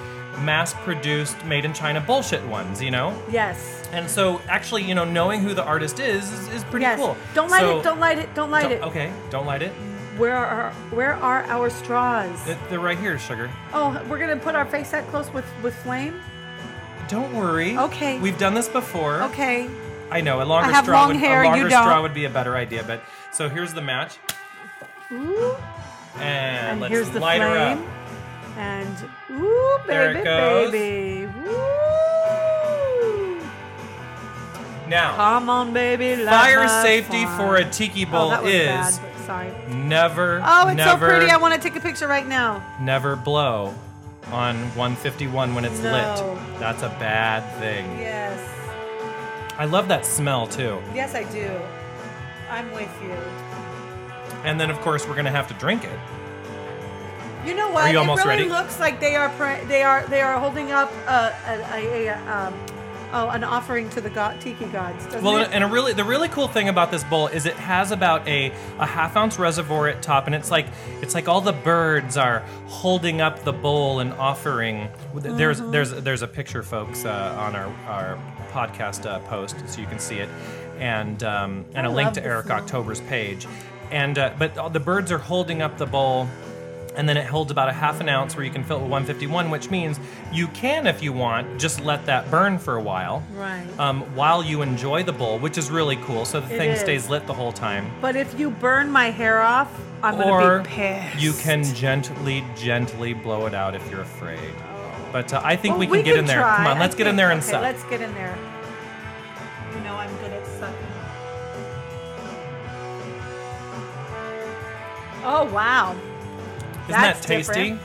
Speaker 1: mass-produced made in China bullshit ones you know
Speaker 2: yes.
Speaker 1: and so actually you know knowing who the artist is is, is pretty
Speaker 2: yes.
Speaker 1: cool
Speaker 2: Don't light
Speaker 1: So-
Speaker 2: it. Don't light it. Don't light
Speaker 1: don't-
Speaker 2: it.
Speaker 1: okay don't light it
Speaker 2: Where are where are our straws?
Speaker 1: It- They're right here, sugar.
Speaker 2: Oh, we're gonna put our face that close with with flame.
Speaker 1: Don't worry.
Speaker 2: Okay.
Speaker 1: We've done this before.
Speaker 2: Okay.
Speaker 1: I know a longer
Speaker 2: I have
Speaker 1: straw
Speaker 2: long
Speaker 1: would,
Speaker 2: hair,
Speaker 1: a
Speaker 2: you
Speaker 1: longer
Speaker 2: don't.
Speaker 1: straw would be a better idea, but so here's the match.
Speaker 2: Ooh,
Speaker 1: And,
Speaker 2: and
Speaker 1: let's
Speaker 2: here's the
Speaker 1: light her
Speaker 2: flame.
Speaker 1: up.
Speaker 2: And ooh, baby,
Speaker 1: There it goes.
Speaker 2: baby, woo!
Speaker 1: Now,
Speaker 2: Come on, baby. let
Speaker 1: fire
Speaker 2: her
Speaker 1: safety
Speaker 2: fly.
Speaker 1: for a tiki
Speaker 2: Oh,
Speaker 1: bowl
Speaker 2: that was
Speaker 1: is
Speaker 2: bad, but sorry.
Speaker 1: never
Speaker 2: Oh, it's
Speaker 1: never
Speaker 2: so pretty. I want to take a picture right now.
Speaker 1: never blow on 151 when it's
Speaker 2: No.
Speaker 1: lit. That's a bad thing.
Speaker 2: Yes.
Speaker 1: I love that smell too.
Speaker 2: Yes, I do. I'm with you.
Speaker 1: And then of course we're going to have to drink it.
Speaker 2: You know what?
Speaker 1: you
Speaker 2: it
Speaker 1: almost
Speaker 2: really
Speaker 1: ready?
Speaker 2: looks like they are pra- they are they are holding up a, a, a, a um, oh an offering to the god, tiki gods. Doesn't
Speaker 1: Well,
Speaker 2: it?
Speaker 1: and a really the really cool thing about this bowl is it has about a a half ounce reservoir at top, and it's like it's like all the birds are holding up the bowl and offering. There's
Speaker 2: Mm-hmm.
Speaker 1: there's there's a picture, folks, uh, on our our podcast uh, post, so you can see it, and um, and a
Speaker 2: I
Speaker 1: link
Speaker 2: love
Speaker 1: to
Speaker 2: the
Speaker 1: Eric
Speaker 2: smell.
Speaker 1: October's page, and uh, but all the birds are holding up the bowl. And then it holds about a half an ounce where you can fill it with 151, which means you can, if you want, just let that burn for a while
Speaker 2: right.
Speaker 1: um, while you enjoy the bowl, which is really cool. So the
Speaker 2: It
Speaker 1: thing
Speaker 2: is.
Speaker 1: stays lit the whole time.
Speaker 2: but if you burn my hair off, I'm
Speaker 1: or
Speaker 2: gonna be pissed.
Speaker 1: you can gently, gently blow it out if you're afraid. But uh, I think
Speaker 2: Oh. Well,
Speaker 1: we can get in there.
Speaker 2: try.
Speaker 1: Come on,
Speaker 2: I
Speaker 1: let's get in
Speaker 2: think-
Speaker 1: there and
Speaker 2: okay,
Speaker 1: suck.
Speaker 2: Let's get in there. You know I'm good at sucking. Oh wow,
Speaker 1: Isn't
Speaker 2: that's
Speaker 1: that tasty?
Speaker 2: different.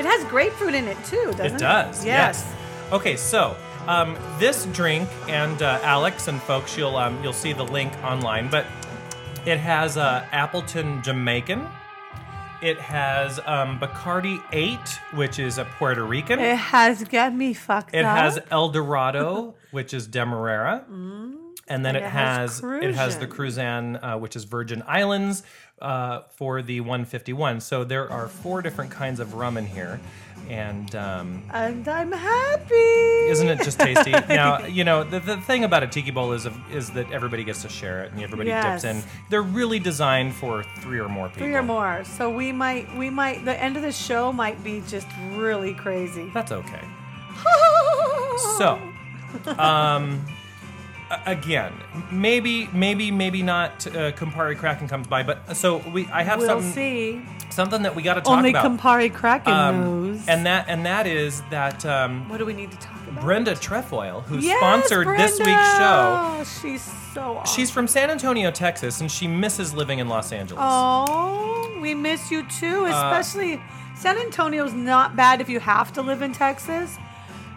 Speaker 2: it has grapefruit in it too, doesn't it?
Speaker 1: It does. Yes. Okay, so um, this drink and uh, Alex and folks, you'll um, you'll see the link online, but it has uh, Appleton Jamaican. It has um, Bacardi Eight, which is a Puerto Rican.
Speaker 2: It has got me fucked
Speaker 1: It
Speaker 2: up.
Speaker 1: has El Dorado, which is Demerara, and then
Speaker 2: And
Speaker 1: it,
Speaker 2: it
Speaker 1: has,
Speaker 2: has
Speaker 1: it has the Cruzan, uh, which is Virgin Islands, uh, for the 151. So there are four different kinds of rum in here, and um,
Speaker 2: and I'm happy.
Speaker 1: isn't it just tasty? now you know the, the thing about a tiki bowl is is that everybody gets to share it and everybody
Speaker 2: Yes.
Speaker 1: dips in. They're really designed for three or more people.
Speaker 2: Three or more. So we might, we might. The end of the show might be just really crazy.
Speaker 1: That's okay. So, um, a- again, maybe, maybe, maybe not. Uh, Campari Kraken comes by, but uh, so we. I have
Speaker 2: we'll
Speaker 1: something,
Speaker 2: see.
Speaker 1: something that we got to talk
Speaker 2: Only
Speaker 1: about,
Speaker 2: Campari Kraken
Speaker 1: Um,
Speaker 2: knows.
Speaker 1: and that, and that is that um,
Speaker 2: what do we need to talk about?
Speaker 1: Brenda Trefoil, who
Speaker 2: Yes,
Speaker 1: sponsored this week's show.
Speaker 2: Brenda! She's so awesome.
Speaker 1: She's from San Antonio, Texas, and she misses living in Los Angeles.
Speaker 2: Oh, we miss you too.
Speaker 1: Uh,
Speaker 2: Especially San Antonio's not bad if you have to live in Texas,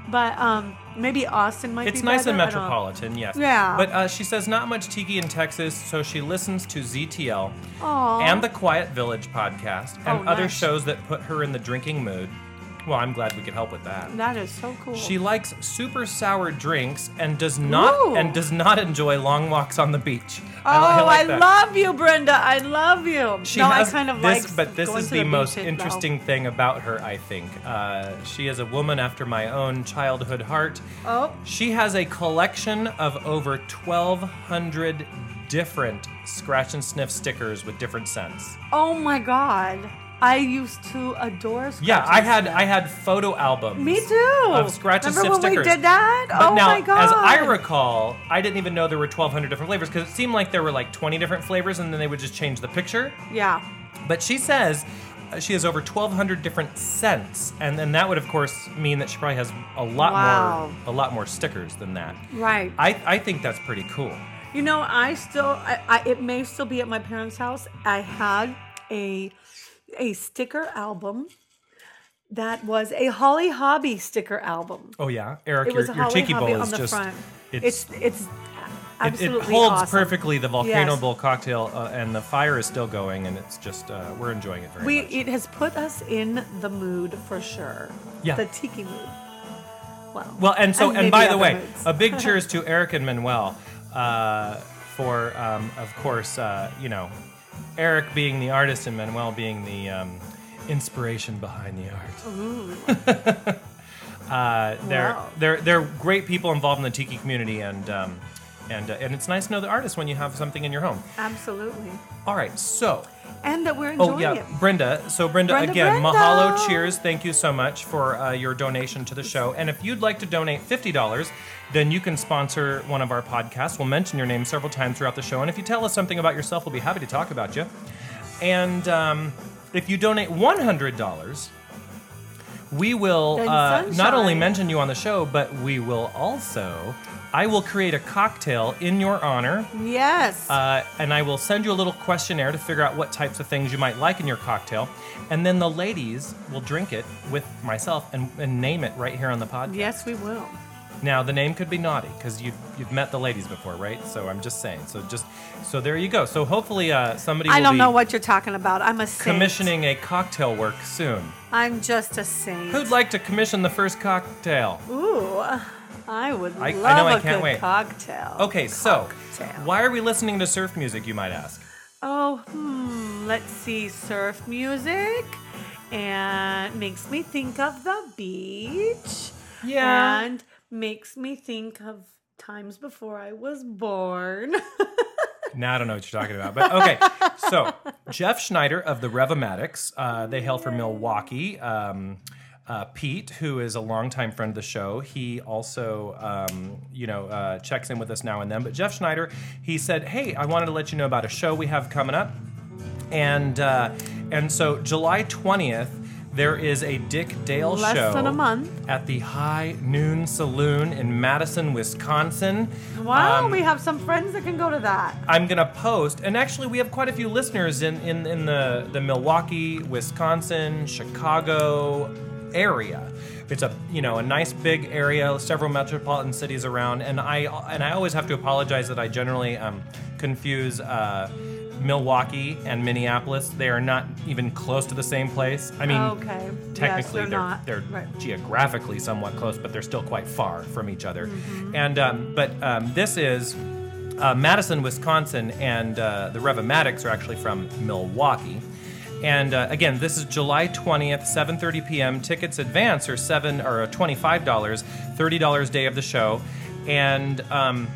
Speaker 2: but um, maybe Austin might.
Speaker 1: It's
Speaker 2: be
Speaker 1: nice and
Speaker 2: better. I don't-
Speaker 1: metropolitan, yes.
Speaker 2: Yeah.
Speaker 1: But uh, she says not much tiki in Texas, so she listens to ZTL
Speaker 2: Aw.
Speaker 1: and the Quiet Village podcast and
Speaker 2: Oh,
Speaker 1: other
Speaker 2: nice.
Speaker 1: shows that put her in the drinking mood. Well, I'm glad we could help with that.
Speaker 2: That is so cool.
Speaker 1: She likes super sour drinks and does not
Speaker 2: Ooh.
Speaker 1: and does not enjoy long walks on the beach.
Speaker 2: Oh, I, love you, Brenda. I love you. no, I kind of
Speaker 1: this,
Speaker 2: like.
Speaker 1: but this
Speaker 2: going
Speaker 1: is
Speaker 2: to
Speaker 1: the,
Speaker 2: beach
Speaker 1: most
Speaker 2: and-
Speaker 1: interesting thing about her. I think uh, she is a woman after my own childhood heart.
Speaker 2: Oh.
Speaker 1: She has a collection of over 1,200 different scratch and sniff stickers with different scents.
Speaker 2: Oh, oh my God, I used to adore. Scratch
Speaker 1: Yeah, I
Speaker 2: and
Speaker 1: had
Speaker 2: sniff.
Speaker 1: I had photo albums.
Speaker 2: Me too.
Speaker 1: Of scratch and
Speaker 2: Remember
Speaker 1: sniff
Speaker 2: when
Speaker 1: stickers.
Speaker 2: we did that?
Speaker 1: But
Speaker 2: oh
Speaker 1: now,
Speaker 2: my God.
Speaker 1: as I recall, I didn't even know there were 1,200 different flavors because it seemed like there were like 20 different flavors, and then they would just change the picture.
Speaker 2: Yeah.
Speaker 1: But she says uh, she has over 1,200 different scents, and then that would, of course, mean that she probably has a lot
Speaker 2: Wow.
Speaker 1: more a lot more stickers than that.
Speaker 2: Right.
Speaker 1: I, I think that's pretty cool.
Speaker 2: You know, I still, I, I, it may still be at my parents' house. I had a a sticker album that was a Holly Hobby sticker album.
Speaker 1: Oh yeah, Eric,
Speaker 2: It
Speaker 1: your,
Speaker 2: was a
Speaker 1: your
Speaker 2: Holly
Speaker 1: tiki
Speaker 2: Hobby
Speaker 1: bowl
Speaker 2: on
Speaker 1: is
Speaker 2: the
Speaker 1: just
Speaker 2: front.
Speaker 1: it's,
Speaker 2: It's it's
Speaker 1: it, it
Speaker 2: absolutely
Speaker 1: holds
Speaker 2: awesome.
Speaker 1: perfectly the volcano
Speaker 2: Yes.
Speaker 1: bowl cocktail, uh, and the fire is still going, and it's just uh, we're enjoying it very
Speaker 2: We
Speaker 1: much.
Speaker 2: it has put us in the mood for sure.
Speaker 1: Yeah.
Speaker 2: The tiki mood. Well.
Speaker 1: Well, and so, and,
Speaker 2: maybe
Speaker 1: by the
Speaker 2: other
Speaker 1: way, uh,
Speaker 2: moods.
Speaker 1: a big cheers to Eric and Manuel uh, for, um, of course, uh, you know, Eric being the artist and Manuel being the um, inspiration behind the Uh, art. uh, they're,
Speaker 2: Wow.
Speaker 1: they're, they're great people involved in the tiki community, and, um, and uh, and it's nice to know the artist when you have something in your home.
Speaker 2: Absolutely.
Speaker 1: All right, so
Speaker 2: And that we're enjoying
Speaker 1: oh yeah,
Speaker 2: it.
Speaker 1: Brenda. So Brenda,
Speaker 2: Brenda,
Speaker 1: again,
Speaker 2: Brenda!
Speaker 1: mahalo, cheers, thank you so much for uh, your donation to the show. And if you'd like to donate fifty dollars, then you can sponsor one of our podcasts. We'll mention your name several times throughout the show, and if you tell us something about yourself, we'll be happy to talk about you. And um, if you donate one hundred dollars. We will
Speaker 2: Then
Speaker 1: uh, not only
Speaker 2: sunshine.
Speaker 1: mention you on the show, but we will also. I will create a cocktail in your honor
Speaker 2: Yes.
Speaker 1: uh, and I will send you a little questionnaire to figure out what types of things you might like in your cocktail. And then the ladies will drink it with myself and, and name it right here on the podcast.
Speaker 2: yes, we will.
Speaker 1: Now, the name could be naughty because you've, you've met the ladies before, right? So I'm just saying. So just so there you go. So hopefully uh, somebody
Speaker 2: I
Speaker 1: will
Speaker 2: don't
Speaker 1: be
Speaker 2: know what you're talking about. I'm a saint.
Speaker 1: commissioning a cocktail work soon.
Speaker 2: I'm just a saint.
Speaker 1: Who'd like to commission the first cocktail?
Speaker 2: Ooh, I would
Speaker 1: I
Speaker 2: love
Speaker 1: know, I
Speaker 2: a
Speaker 1: can't
Speaker 2: good
Speaker 1: wait.
Speaker 2: cocktail.
Speaker 1: Okay, so
Speaker 2: Cocktail.
Speaker 1: why are we listening to surf music, you might ask?
Speaker 2: Oh, hmm. Let's see. Surf music. And makes me think of the beach.
Speaker 1: Yeah.
Speaker 2: And makes me think of times before I was born.
Speaker 1: Now I don't know what you're talking about, but okay. so Jeff Schneider of the Revomatics, uh, they hail from Milwaukee. Um, uh, Pete, who is a longtime friend of the show, he also, um, you know, uh, checks in with us now and then. But Jeff Schneider, he said, "Hey, I wanted to let you know about a show we have coming up." and uh, and so July twentieth. There is a Dick Dale
Speaker 2: Less
Speaker 1: show
Speaker 2: than a month.
Speaker 1: at the High Noon Saloon in Madison, Wisconsin.
Speaker 2: wow,
Speaker 1: Um,
Speaker 2: we have some friends that can go to that.
Speaker 1: I'm gonna post, and actually, we have quite a few listeners in in, in the the Milwaukee, Wisconsin, Chicago area. It's a you know a nice big area, several metropolitan cities around, and I and I always have to apologize that I generally um, confuse. Uh, Milwaukee and Minneapolis, they are not even close to the same place. I mean,
Speaker 2: Oh, Okay. Yes,
Speaker 1: technically
Speaker 2: they're
Speaker 1: they're,
Speaker 2: not.
Speaker 1: they're
Speaker 2: Right.
Speaker 1: geographically somewhat close, but they're still quite far from each other. And um, but um, this is uh, Madison, Wisconsin, and uh, the Revomatics are actually from Milwaukee. And uh, again, this is July 20th, 7:30 p.m. Tickets advance are seven or uh, twenty-five dollars, thirty dollars day of the show, and. Um,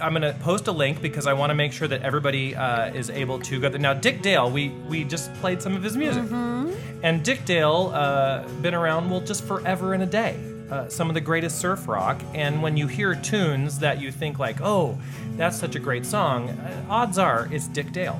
Speaker 1: I'm going to post a link because I want to make sure that everybody uh, is able to go there. Now, Dick Dale, we, we just played some of his music. And Dick Dale, uh, been around, well, just forever and a day. Uh, some of the greatest surf rock. And when you hear tunes that you think, like, oh, that's such a great song, uh, odds are it's Dick Dale.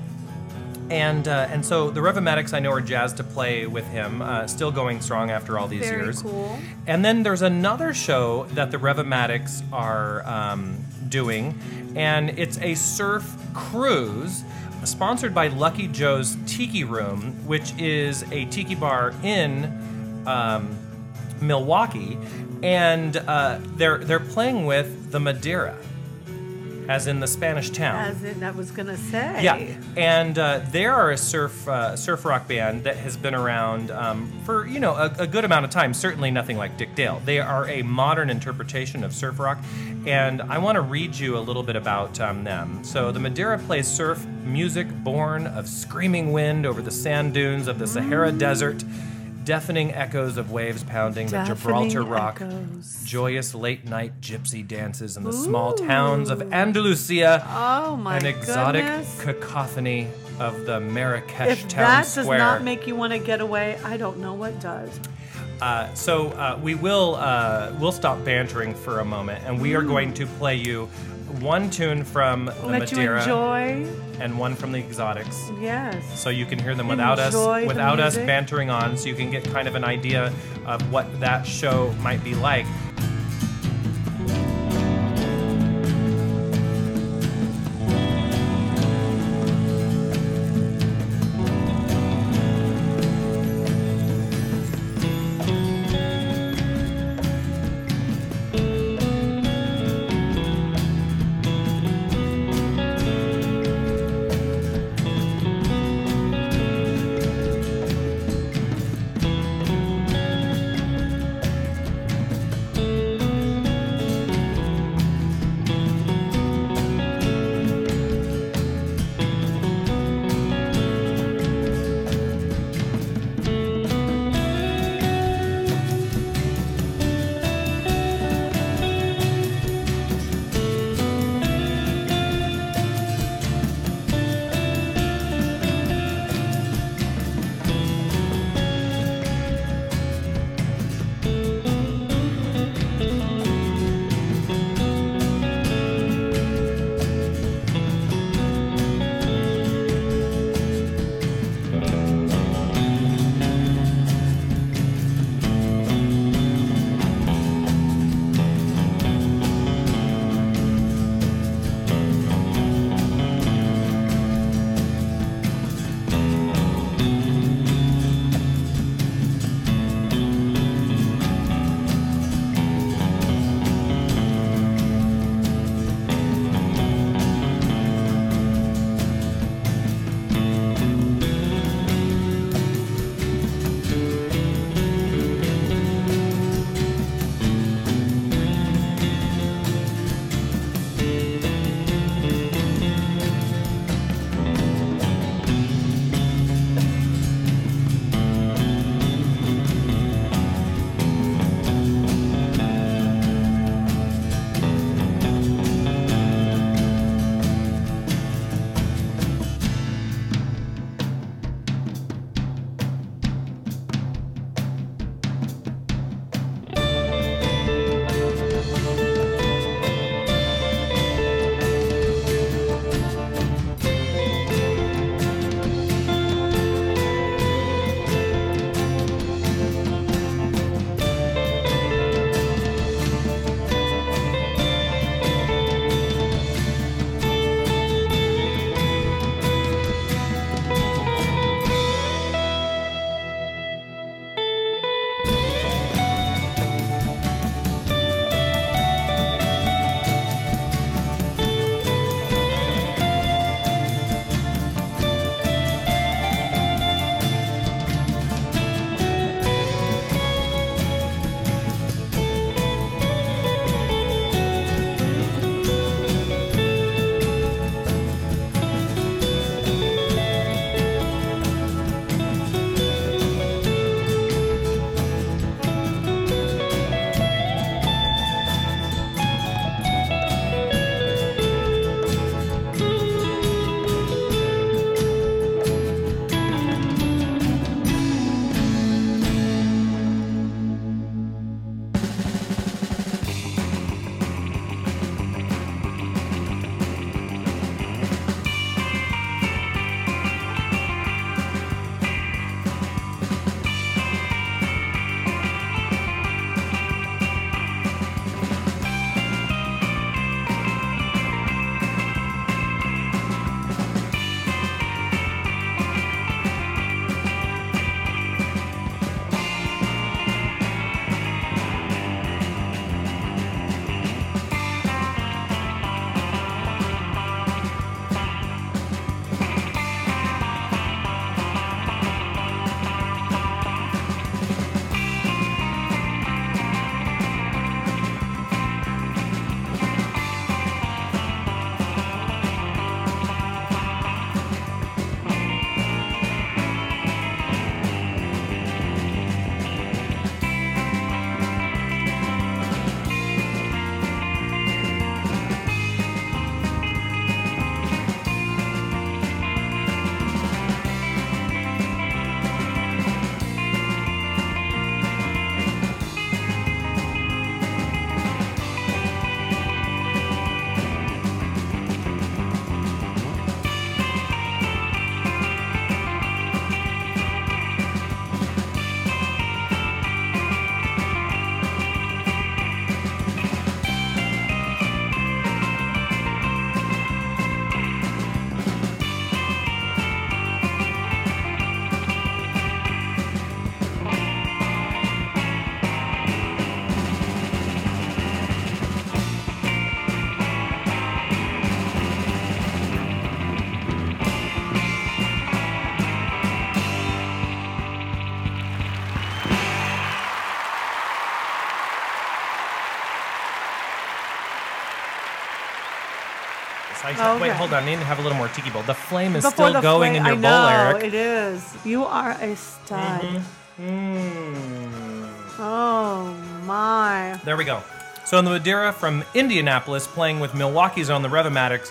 Speaker 1: And, uh, and so the Revomatics I know are jazzed to play with him, uh, still going strong after all these
Speaker 2: Very
Speaker 1: years.
Speaker 2: cool.
Speaker 1: And then there's another show that the Revomatics are um, doing, and it's a surf cruise sponsored by Lucky Joe's Tiki Room, which is a tiki bar in um, Milwaukee, and uh, they're they're playing with the Madeira, as in the Spanish town.
Speaker 2: As in, I was gonna say.
Speaker 1: Yeah, and uh, they are a surf uh, surf rock band that has been around um, for you know a, a good amount of time. Certainly nothing like Dick Dale. They are a modern interpretation of surf rock, and I want to read you a little bit about um, them. So the Madeira plays surf music born of screaming wind over the sand dunes of the
Speaker 2: Mm.
Speaker 1: Sahara Desert, deafening echoes of waves pounding the Gibraltar
Speaker 2: Deafening
Speaker 1: Rock
Speaker 2: echoes.
Speaker 1: joyous late night gypsy dances in the small towns of Andalusia.
Speaker 2: Oh my
Speaker 1: an exotic
Speaker 2: goodness.
Speaker 1: cacophony of the Marrakesh
Speaker 2: If
Speaker 1: town
Speaker 2: that does
Speaker 1: square.
Speaker 2: not make you want to get away, I don't know what does.
Speaker 1: uh, so uh, we will uh, we'll stop bantering for a moment, and
Speaker 2: Hmm.
Speaker 1: we are going to play you one tune from the
Speaker 2: Let you
Speaker 1: Madeira
Speaker 2: enjoy.
Speaker 1: and one from the Exotics.
Speaker 2: Yes.
Speaker 1: So you can hear them without
Speaker 2: Enjoy
Speaker 1: us
Speaker 2: the
Speaker 1: without us
Speaker 2: music.
Speaker 1: bantering on, so you can get kind of an idea of what that show might be like. I ha- wait,
Speaker 2: Okay.
Speaker 1: hold on. I need to have a little more tiki bowl. The flame is
Speaker 2: Oh, Before
Speaker 1: still
Speaker 2: the
Speaker 1: going
Speaker 2: fla-
Speaker 1: in your
Speaker 2: I
Speaker 1: bowl,
Speaker 2: know,
Speaker 1: Eric. Mm-hmm.
Speaker 2: It is. You are a stud.
Speaker 1: Mm.
Speaker 2: Oh my.
Speaker 1: There we go. So in the Madeira from Indianapolis, playing with Milwaukee's on the Revomatics,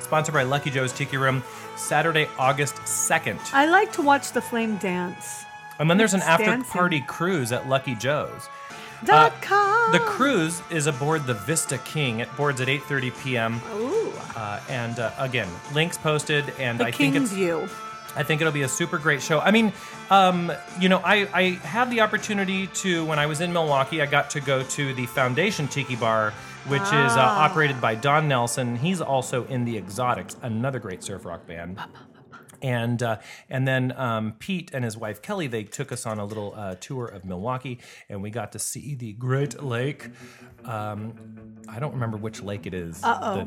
Speaker 1: sponsored by Lucky Joe's Tiki Room, Saturday, August 2nd.
Speaker 2: I like to watch the flame dance.
Speaker 1: And then there's an
Speaker 2: It's
Speaker 1: after
Speaker 2: dancing.
Speaker 1: party cruise at Lucky Joe's.
Speaker 2: Dot com.
Speaker 1: Uh, The cruise is aboard the Vista King. It boards at 8:30 p.m.
Speaker 2: Ooh.
Speaker 1: Uh, and uh, again, links posted, and
Speaker 2: The
Speaker 1: I
Speaker 2: King
Speaker 1: think it's
Speaker 2: View.
Speaker 1: I think it'll be a super great show. I mean, um, you know, I, I had the opportunity to, when I was in Milwaukee, I got to go to the Foundation Tiki Bar, which is uh,
Speaker 2: Ah.
Speaker 1: operated by Don Nelson. He's also in the Exotics, another great surf rock band. And uh, and then um, Pete and his wife Kelly they took us on a little uh, tour of Milwaukee and we got to see the Great Lake. Um, I don't remember which lake it is. Uh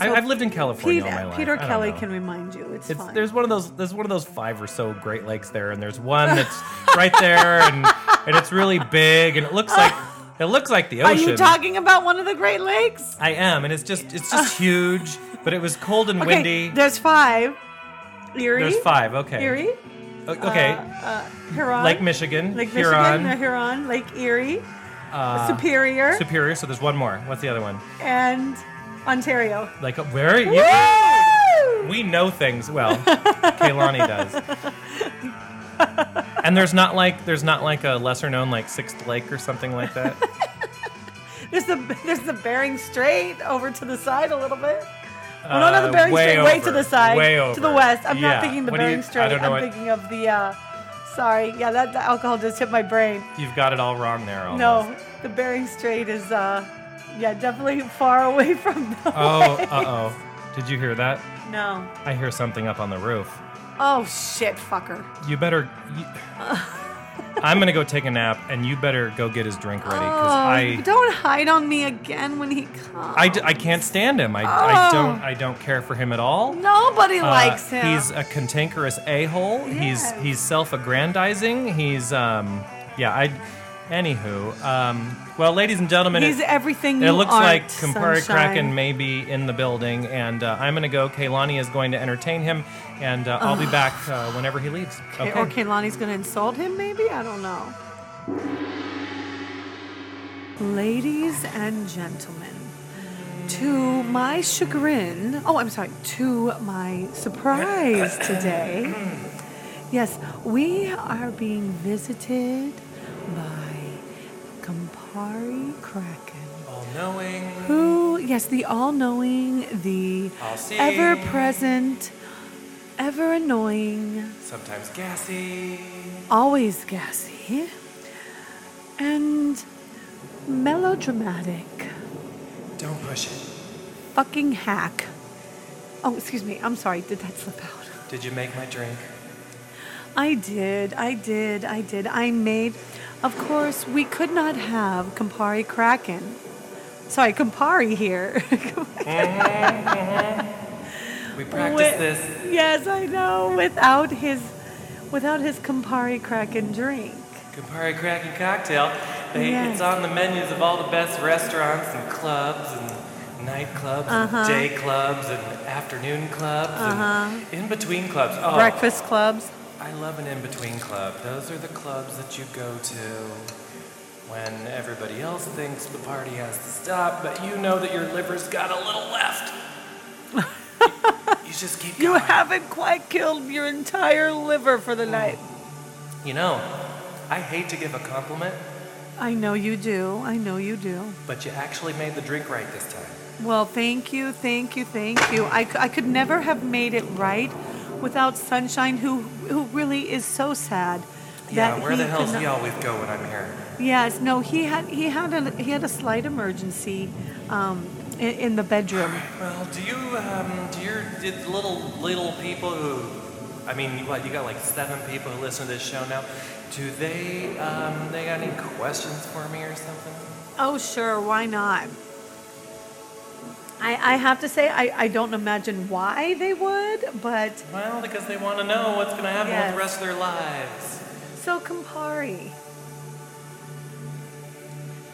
Speaker 1: I, I've lived in California
Speaker 2: Pete,
Speaker 1: all my life.
Speaker 2: Peter
Speaker 1: I don't
Speaker 2: Kelly
Speaker 1: know.
Speaker 2: can remind you. It's,
Speaker 1: It's,
Speaker 2: fine.
Speaker 1: there's one of those. There's one of those five or so Great Lakes there, and there's one that's right there, and and it's really big, and it looks like it looks like the
Speaker 2: Are
Speaker 1: ocean.
Speaker 2: you talking about one of the Great Lakes?
Speaker 1: I am, and it's just it's just huge. But it was cold and windy.
Speaker 2: Okay, there's five. Erie.
Speaker 1: There's five. Okay.
Speaker 2: Erie.
Speaker 1: O- Okay.
Speaker 2: Huron.
Speaker 1: Lake Michigan.
Speaker 2: Uh, Lake
Speaker 1: Huron.
Speaker 2: Michigan. uh-huh. the Huron. Lake Erie.
Speaker 1: uh,
Speaker 2: Superior.
Speaker 1: Superior. So there's one more. What's the other one?
Speaker 2: and Ontario.
Speaker 1: Like uh, where? You,
Speaker 2: Woo!
Speaker 1: We know things well. Kaylani does. And there's not like there's not like a lesser known like Sixth Lake or something like that.
Speaker 2: There's the there's the Bering Strait over to the side a little bit. Well, no, not the Bering
Speaker 1: Uh, way
Speaker 2: Strait, way to
Speaker 1: over,
Speaker 2: the side,
Speaker 1: way
Speaker 2: to
Speaker 1: over.
Speaker 2: the west. I'm
Speaker 1: Yeah.
Speaker 2: not thinking the
Speaker 1: What do you-
Speaker 2: Bering
Speaker 1: I
Speaker 2: Strait.
Speaker 1: don't know
Speaker 2: I'm
Speaker 1: what-
Speaker 2: thinking of the. Uh, sorry, yeah, that the alcohol just hit my brain.
Speaker 1: You've got it all wrong there. Almost.
Speaker 2: No, the Bering Strait is, uh, yeah, definitely far away from. The
Speaker 1: Oh,
Speaker 2: way.
Speaker 1: uh oh. Did you hear that?
Speaker 2: No.
Speaker 1: I hear something up on the roof.
Speaker 2: Oh shit, fucker.
Speaker 1: You better. You, I'm gonna go take a nap, and you better go get his drink ready because
Speaker 2: Oh,
Speaker 1: I,
Speaker 2: don't hide on me again when he comes.
Speaker 1: I, d- I can't stand him. I, I
Speaker 2: Oh.
Speaker 1: don't I don't care for him at all.
Speaker 2: Nobody
Speaker 1: Uh,
Speaker 2: likes him.
Speaker 1: He's a cantankerous a hole.
Speaker 2: Yes.
Speaker 1: He's he's self-aggrandizing. He's um yeah I. Anywho, um, well, ladies and gentlemen,
Speaker 2: He's
Speaker 1: it-
Speaker 2: everything.
Speaker 1: It
Speaker 2: you
Speaker 1: looks
Speaker 2: aren't,
Speaker 1: like Campari
Speaker 2: sunshine.
Speaker 1: Kraken may be in the building, and uh, I'm going to go. Kaylani is going to entertain him, and uh, I'll be back uh, whenever he leaves. Okay.
Speaker 2: Or Kaylani's going to insult him, maybe? I don't know. Ladies and gentlemen, to my chagrin, oh, I'm sorry, to my surprise today, yes, we are being visited by Campari Kraken.
Speaker 1: All knowing.
Speaker 2: Who, yes, the all knowing, the
Speaker 1: All-seeing.
Speaker 2: ever present, ever annoying,
Speaker 1: Sometimes gassy.
Speaker 2: always gassy and melodramatic
Speaker 1: Don't push it.
Speaker 2: fucking hack. Oh, excuse me. I'm sorry. Did that slip out?
Speaker 1: Did you make my drink?
Speaker 2: I did. I did. I did. I made. Of course, we could not have Campari Kraken. Sorry, Campari here.
Speaker 1: We
Speaker 2: Wi- Yes, I know. Without his, without his Campari Kraken drink.
Speaker 1: Campari Kraken cocktail.
Speaker 2: They- Yes. it's on
Speaker 1: the menus of all the best restaurants and clubs and nightclubs
Speaker 2: Uh-huh.
Speaker 1: and day clubs and afternoon clubs and in between clubs. Oh,
Speaker 2: Breakfast clubs.
Speaker 1: I love an in between club. Those are the clubs that you go to when everybody else thinks the party has to stop, but you know that your liver's got a little left. you just keep
Speaker 2: You
Speaker 1: going.
Speaker 2: haven't quite killed your entire liver for the night.
Speaker 1: You know, I hate to give a compliment,
Speaker 2: I know you do. I know you do.
Speaker 1: but you actually made the drink right this time.
Speaker 2: Well, thank you, thank you, thank you. I, c- I could never have made it right without Sunshine, who who really is so sad.
Speaker 1: Yeah,
Speaker 2: that
Speaker 1: where the
Speaker 2: could
Speaker 1: hell's he
Speaker 2: not-
Speaker 1: always go when I'm here?
Speaker 2: Yes, no, he had he had a he had a slight emergency um, in, in the bedroom.
Speaker 1: Well, do you, um, do your did little, little people who, I mean, what, you got like seven people who listen to this show now. Do they, um, they got any questions for me or something?
Speaker 2: Oh, sure, why not? I I have to say I I don't imagine why they would, but
Speaker 1: Well, because they want to know what's going to happen with the
Speaker 2: Yes.
Speaker 1: rest of their lives.
Speaker 2: so Campari.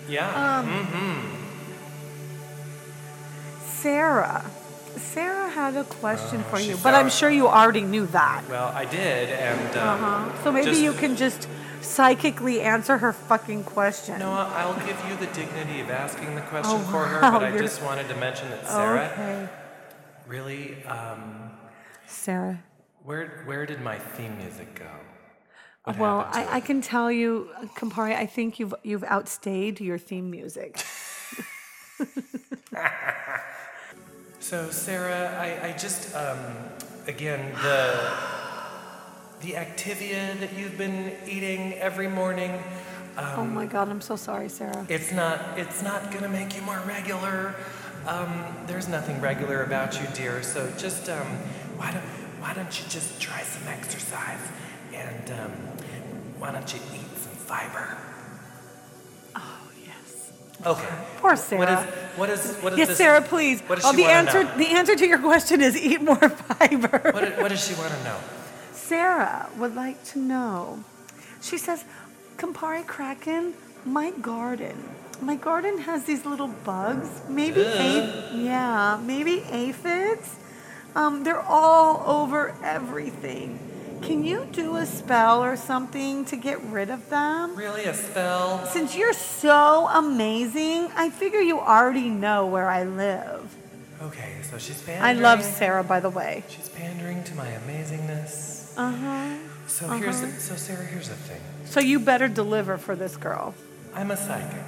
Speaker 1: Yeah. mm-hmm.
Speaker 2: Um, Sarah Sarah had a question
Speaker 1: Uh,
Speaker 2: for you, but I'm sure you already knew that.
Speaker 1: Well, I did, and um,
Speaker 2: Uh-huh. So maybe
Speaker 1: just-
Speaker 2: you can just psychically answer her fucking question.
Speaker 1: No, I'll give you the dignity of asking the question
Speaker 2: Oh,
Speaker 1: for her,
Speaker 2: wow,
Speaker 1: but I
Speaker 2: you're- Oh.
Speaker 1: just wanted to mention that Sarah
Speaker 2: okay,
Speaker 1: really. Um,
Speaker 2: Sarah.
Speaker 1: where where did my theme music go? What
Speaker 2: Well,
Speaker 1: happened to
Speaker 2: I, I can tell you, uh, Campari, I think you've you've outstayed your theme music.
Speaker 1: it? So Sarah, I, I just um, again the the Activia that you've been eating every morning.
Speaker 2: oh my God, I'm so sorry, Sarah.
Speaker 1: It's not it's not gonna make you more regular. Um, there's nothing regular about you, dear. So just um, why don't why don't you just try some exercise and um, why don't you eat some fiber?
Speaker 2: Oh, yes.
Speaker 1: Okay.
Speaker 2: Poor Sarah.
Speaker 1: What is what is what is
Speaker 2: yes,
Speaker 1: this,
Speaker 2: Sarah, please.
Speaker 1: What does
Speaker 2: oh,
Speaker 1: she
Speaker 2: the
Speaker 1: wanna
Speaker 2: answer
Speaker 1: know?
Speaker 2: the answer to your question is eat more fiber.
Speaker 1: What, what does she want to know?
Speaker 2: Sarah would like to know. She says, Campari Kraken, my garden. My garden has these little bugs. Maybe aph- yeah, maybe aphids. Um, they're all over everything. Can you do a spell or something to get rid of them?
Speaker 1: Really, a spell?
Speaker 2: Since you're so amazing, I figure you already know where I live.
Speaker 1: Okay, so she's
Speaker 2: I
Speaker 1: pandering.
Speaker 2: love Sarah, by the way.
Speaker 1: She's pandering to my amazingness.
Speaker 2: Uh huh.
Speaker 1: So here's the, so Sarah. Here's the thing.
Speaker 2: So you better deliver for this girl.
Speaker 1: I'm a psychic.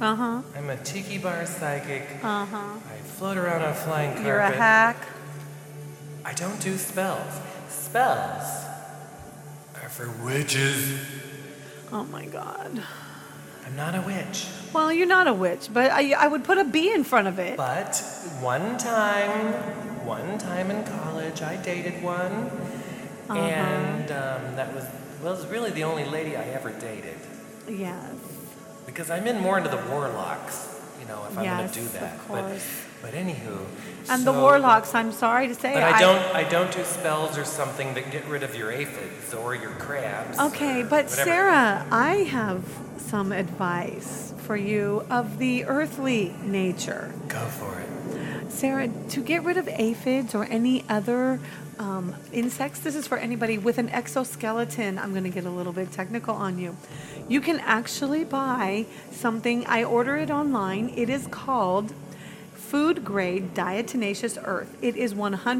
Speaker 2: Uh huh.
Speaker 1: I'm a tiki bar psychic.
Speaker 2: Uh huh.
Speaker 1: I float around on flying carpet.
Speaker 2: You're a hack.
Speaker 1: I don't do spells. Spells are for witches.
Speaker 2: Oh my god.
Speaker 1: I'm not a witch.
Speaker 2: Well, you're not a witch, but I, I would put a B in front of it.
Speaker 1: But one time, one time in college, I dated one,
Speaker 2: Uh-huh.
Speaker 1: and um, that was well, it was really the only lady I ever dated
Speaker 2: Yes.
Speaker 1: because I'm in more into the warlocks, you know, if I'm
Speaker 2: Yes,
Speaker 1: gonna do
Speaker 2: of
Speaker 1: that.
Speaker 2: course.
Speaker 1: But but anywho,
Speaker 2: And the
Speaker 1: so-
Speaker 2: warlocks, I'm sorry to say.
Speaker 1: But I don't I don't do spells or something that get rid of your aphids or your crabs. or
Speaker 2: Okay, but
Speaker 1: whatever.
Speaker 2: Sarah, I have some advice for you of the earthly nature.
Speaker 1: Go for it.
Speaker 2: Sarah, to get rid of aphids or any other um, insects, this is for anybody with an exoskeleton. I'm going to get a little bit technical on you. You can actually buy something, I order it online. It is called food grade diatomaceous earth. It is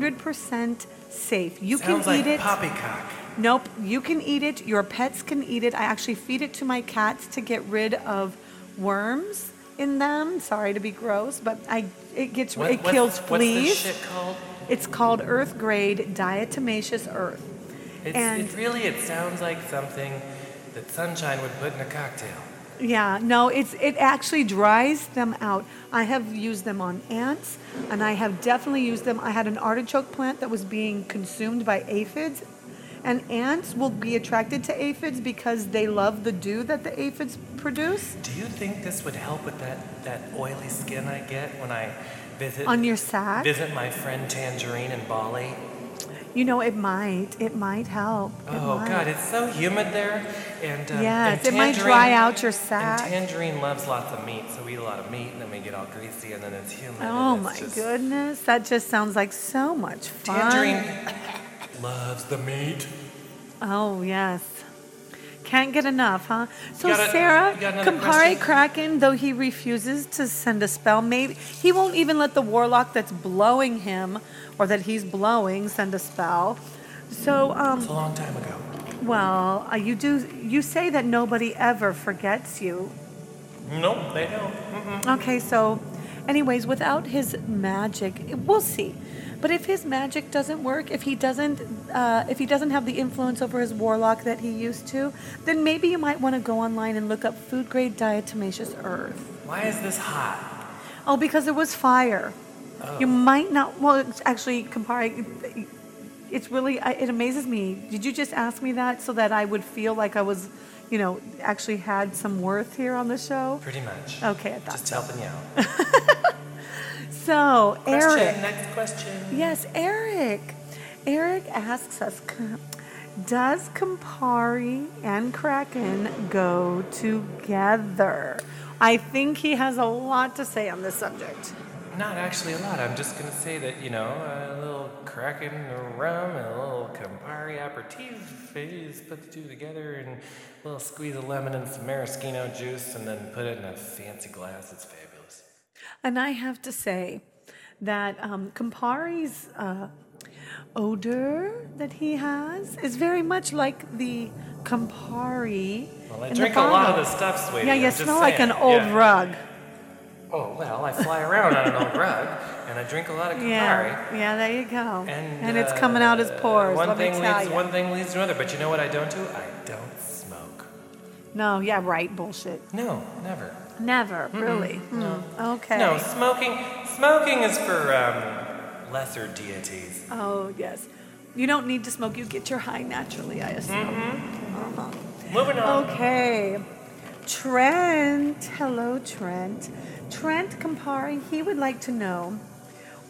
Speaker 2: 100% safe. You
Speaker 1: Sounds
Speaker 2: can
Speaker 1: like
Speaker 2: eat it.
Speaker 1: poppycock.
Speaker 2: Nope, you can eat it. Your pets can eat it. I actually feed it to my cats to get rid of worms in them. Sorry to be gross, but I it gets
Speaker 1: What-
Speaker 2: it
Speaker 1: what's-
Speaker 2: kills
Speaker 1: What's
Speaker 2: fleas.
Speaker 1: this shit called?
Speaker 2: It's called Earth Grade Diatomaceous Earth.
Speaker 1: It's,
Speaker 2: And-
Speaker 1: it really it sounds like something that sunshine would put in a cocktail.
Speaker 2: Yeah, no, it's it actually dries them out. I have used them on ants, and I have definitely used them. I had an artichoke plant that was being consumed by aphids, and ants will be attracted to aphids because they love the dew that the aphids produce
Speaker 1: Do you think this would help with that, that oily skin I get when I visit
Speaker 2: on your sack.
Speaker 1: visit my friend Tangerine in Bali?
Speaker 2: You know, it might, it might help. It
Speaker 1: Oh
Speaker 2: might.
Speaker 1: God, it's so humid there, and um,
Speaker 2: Yes,
Speaker 1: and
Speaker 2: it might
Speaker 1: Tangerine-
Speaker 2: dry out your
Speaker 1: And
Speaker 2: sack.
Speaker 1: Tangerine loves lots of meat, so we eat a lot of meat, and then we get all greasy, and then it's humid. and
Speaker 2: Oh
Speaker 1: it's
Speaker 2: my
Speaker 1: just-
Speaker 2: goodness, that just sounds like so much fun.
Speaker 1: Tangerine loves the meat.
Speaker 2: Oh yes. Can't get enough, huh? So
Speaker 1: You got a-
Speaker 2: Sarah,
Speaker 1: you got another
Speaker 2: Campari
Speaker 1: question?
Speaker 2: Kraken, though he refuses to send a spell, maybe he won't even let the warlock that's blowing him or that he's blowing send a spell. So, um,
Speaker 1: It's a long time ago.
Speaker 2: well, uh, you do you say that nobody ever forgets you.
Speaker 1: Nope, they don't.
Speaker 2: Okay, so anyways, without his magic, we'll see. But if his magic doesn't work, if he doesn't, uh, if he doesn't have the influence over his warlock that he used to, then maybe you might want to go online and look up food grade diatomaceous earth.
Speaker 1: Why is this hot?
Speaker 2: Oh, because it was fire.
Speaker 1: Oh.
Speaker 2: You might not. Well, it's actually, Campari, it's really. I- It amazes me. Did you just ask me that so that I would feel like I was, you know, actually had some worth here on the show?
Speaker 1: Pretty much.
Speaker 2: Okay, I thought
Speaker 1: Just helping you out.
Speaker 2: so. Eric.
Speaker 1: Question, next question.
Speaker 2: Yes, Eric. Eric asks us "C- Does Campari and Kraken go together? I think he has a lot to say on this subject.
Speaker 1: Not actually a lot. I'm just gonna say that you know a little Kraken rum and a little Campari aperitif. You just put the two together and a little squeeze of lemon and some maraschino juice, and then put it in a fancy glass. It's fabulous.
Speaker 2: And I have to say that um, Campari's uh, odor that he has is very much like the Campari.
Speaker 1: Well, I
Speaker 2: in the
Speaker 1: drink a lot of the
Speaker 2: bottle.
Speaker 1: stuff, sweetie.
Speaker 2: Yeah,
Speaker 1: I'm
Speaker 2: you
Speaker 1: just
Speaker 2: smell like
Speaker 1: saying.
Speaker 2: an old
Speaker 1: Yeah.
Speaker 2: rug.
Speaker 1: Oh well, I fly around on an old rug, and I drink a lot of Campari.
Speaker 2: Yeah, yeah, there you go.
Speaker 1: And,
Speaker 2: it's
Speaker 1: uh,
Speaker 2: coming out as pores.
Speaker 1: One
Speaker 2: let me
Speaker 1: thing
Speaker 2: tell
Speaker 1: leads
Speaker 2: you.
Speaker 1: one thing leads to another. But you know what I don't do? I don't smoke.
Speaker 2: No, yeah, right, bullshit.
Speaker 1: No, never.
Speaker 2: Never, really. No. Okay.
Speaker 1: No, smoking. Smoking is for um, lesser deities.
Speaker 2: Oh yes, you don't need to smoke. You get your high naturally, I assume.
Speaker 1: Mm-hmm.
Speaker 2: Uh-huh.
Speaker 1: Moving on.
Speaker 2: Okay, Trent. Hello, Trent. Trent Campari. He would like to know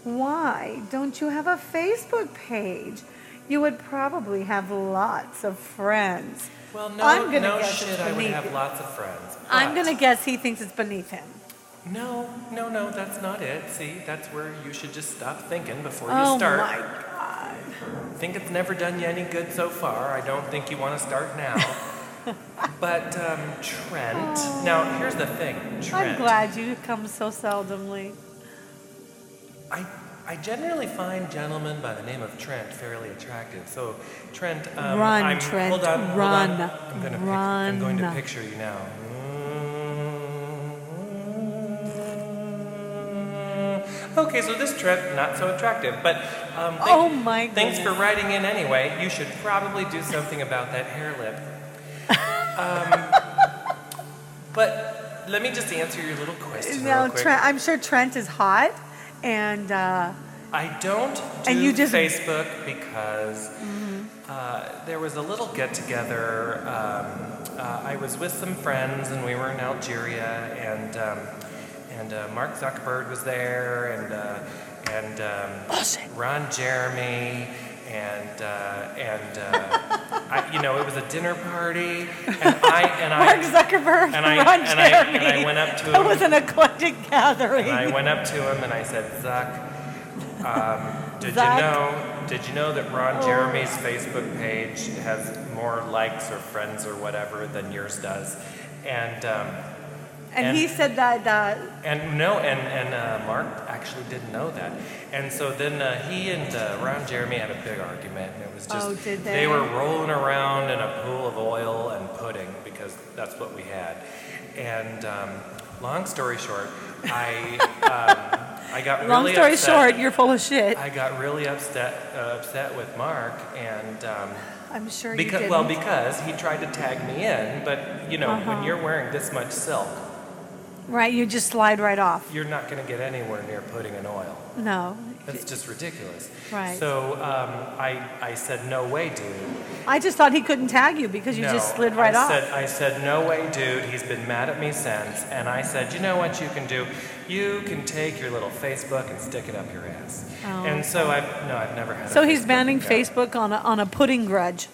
Speaker 2: why don't you have a Facebook page? You would probably have lots of friends.
Speaker 1: Well, no,
Speaker 2: I'm gonna
Speaker 1: no
Speaker 2: guess
Speaker 1: shit.
Speaker 2: it's
Speaker 1: I would
Speaker 2: beneath
Speaker 1: have
Speaker 2: it.
Speaker 1: lots of friends.
Speaker 2: I'm
Speaker 1: but-
Speaker 2: gonna guess he thinks it's beneath him.
Speaker 1: No, no, no. That's not it. See, that's where you should just stop thinking before you
Speaker 2: oh
Speaker 1: start.
Speaker 2: my god.
Speaker 1: think it's never done you any good so far. I don't think you want to start now. but um, Trent. Now, here's the thing, Trent.
Speaker 2: I'm glad you come so seldomly.
Speaker 1: I, I generally find gentlemen by the name of Trent fairly attractive. So, Trent, um,
Speaker 2: Run,
Speaker 1: I'm,
Speaker 2: Trent,
Speaker 1: hold on, hold
Speaker 2: run,
Speaker 1: on. I'm gonna pic- I'm going to
Speaker 2: run.
Speaker 1: picture you now. Okay, so this Trent not so attractive, but um, thank-
Speaker 2: Oh my
Speaker 1: Thanks for
Speaker 2: goodness.
Speaker 1: writing in anyway. You should probably do something about that hair lip. Um, but let me just answer your little question
Speaker 2: Now,
Speaker 1: real quick.
Speaker 2: Trent, I'm sure Trent is hot, and uh,
Speaker 1: I don't do
Speaker 2: And you Mm-hmm. just-
Speaker 1: Facebook because uh, there was a little get together. Um, uh, I was with some friends and we were in Algeria, and um, and uh, Mark Zuckerberg was there, and uh, and um,
Speaker 2: bullshit.
Speaker 1: Ron Jeremy, and uh, and uh, I, you know it was a dinner party, and I and I
Speaker 2: Mark Zuckerberg
Speaker 1: and
Speaker 2: and
Speaker 1: I-
Speaker 2: Ron
Speaker 1: and I- and
Speaker 2: Jeremy.
Speaker 1: I went up to
Speaker 2: That
Speaker 1: him.
Speaker 2: was an eclectic gathering.
Speaker 1: And I went up to him and I said, Zuck, um, did
Speaker 2: Zuck.
Speaker 1: you know? Did you know that Ron Jeremy's Facebook page has more likes or friends or whatever than yours does? And um,
Speaker 2: and,
Speaker 1: and-
Speaker 2: he said that uh,
Speaker 1: and no, and and uh, Mark actually didn't know that. And so then uh, he and uh, Ron Jeremy had a big argument, and it was just
Speaker 2: Oh, did they?
Speaker 1: were rolling around in a pool of oil and pudding because that's what we had. And um, long story short, I um, I got
Speaker 2: long
Speaker 1: really
Speaker 2: story
Speaker 1: upset.
Speaker 2: short, you're full of shit.
Speaker 1: I got really upset uh, upset with Mark and um,
Speaker 2: I'm sure you
Speaker 1: because
Speaker 2: did.
Speaker 1: well because he tried to tag me in, but you know
Speaker 2: Uh-huh.
Speaker 1: when you're wearing this much silk,
Speaker 2: right, you just slide right off.
Speaker 1: you're not going to get anywhere near putting in oil.
Speaker 2: No.
Speaker 1: That's just ridiculous.
Speaker 2: Right.
Speaker 1: So um, I I said no way, dude.
Speaker 2: I just thought he couldn't tag you because you
Speaker 1: No,
Speaker 2: just slid right
Speaker 1: I
Speaker 2: off.
Speaker 1: Said, I said, no way, dude. He's been mad at me since. And I said, you know what you can do? You can take your little Facebook and stick it up your ass.
Speaker 2: Oh.
Speaker 1: And so I've, no, I've never had a
Speaker 2: so he's
Speaker 1: Facebook
Speaker 2: banning
Speaker 1: account.
Speaker 2: Facebook on a, on a pudding grudge.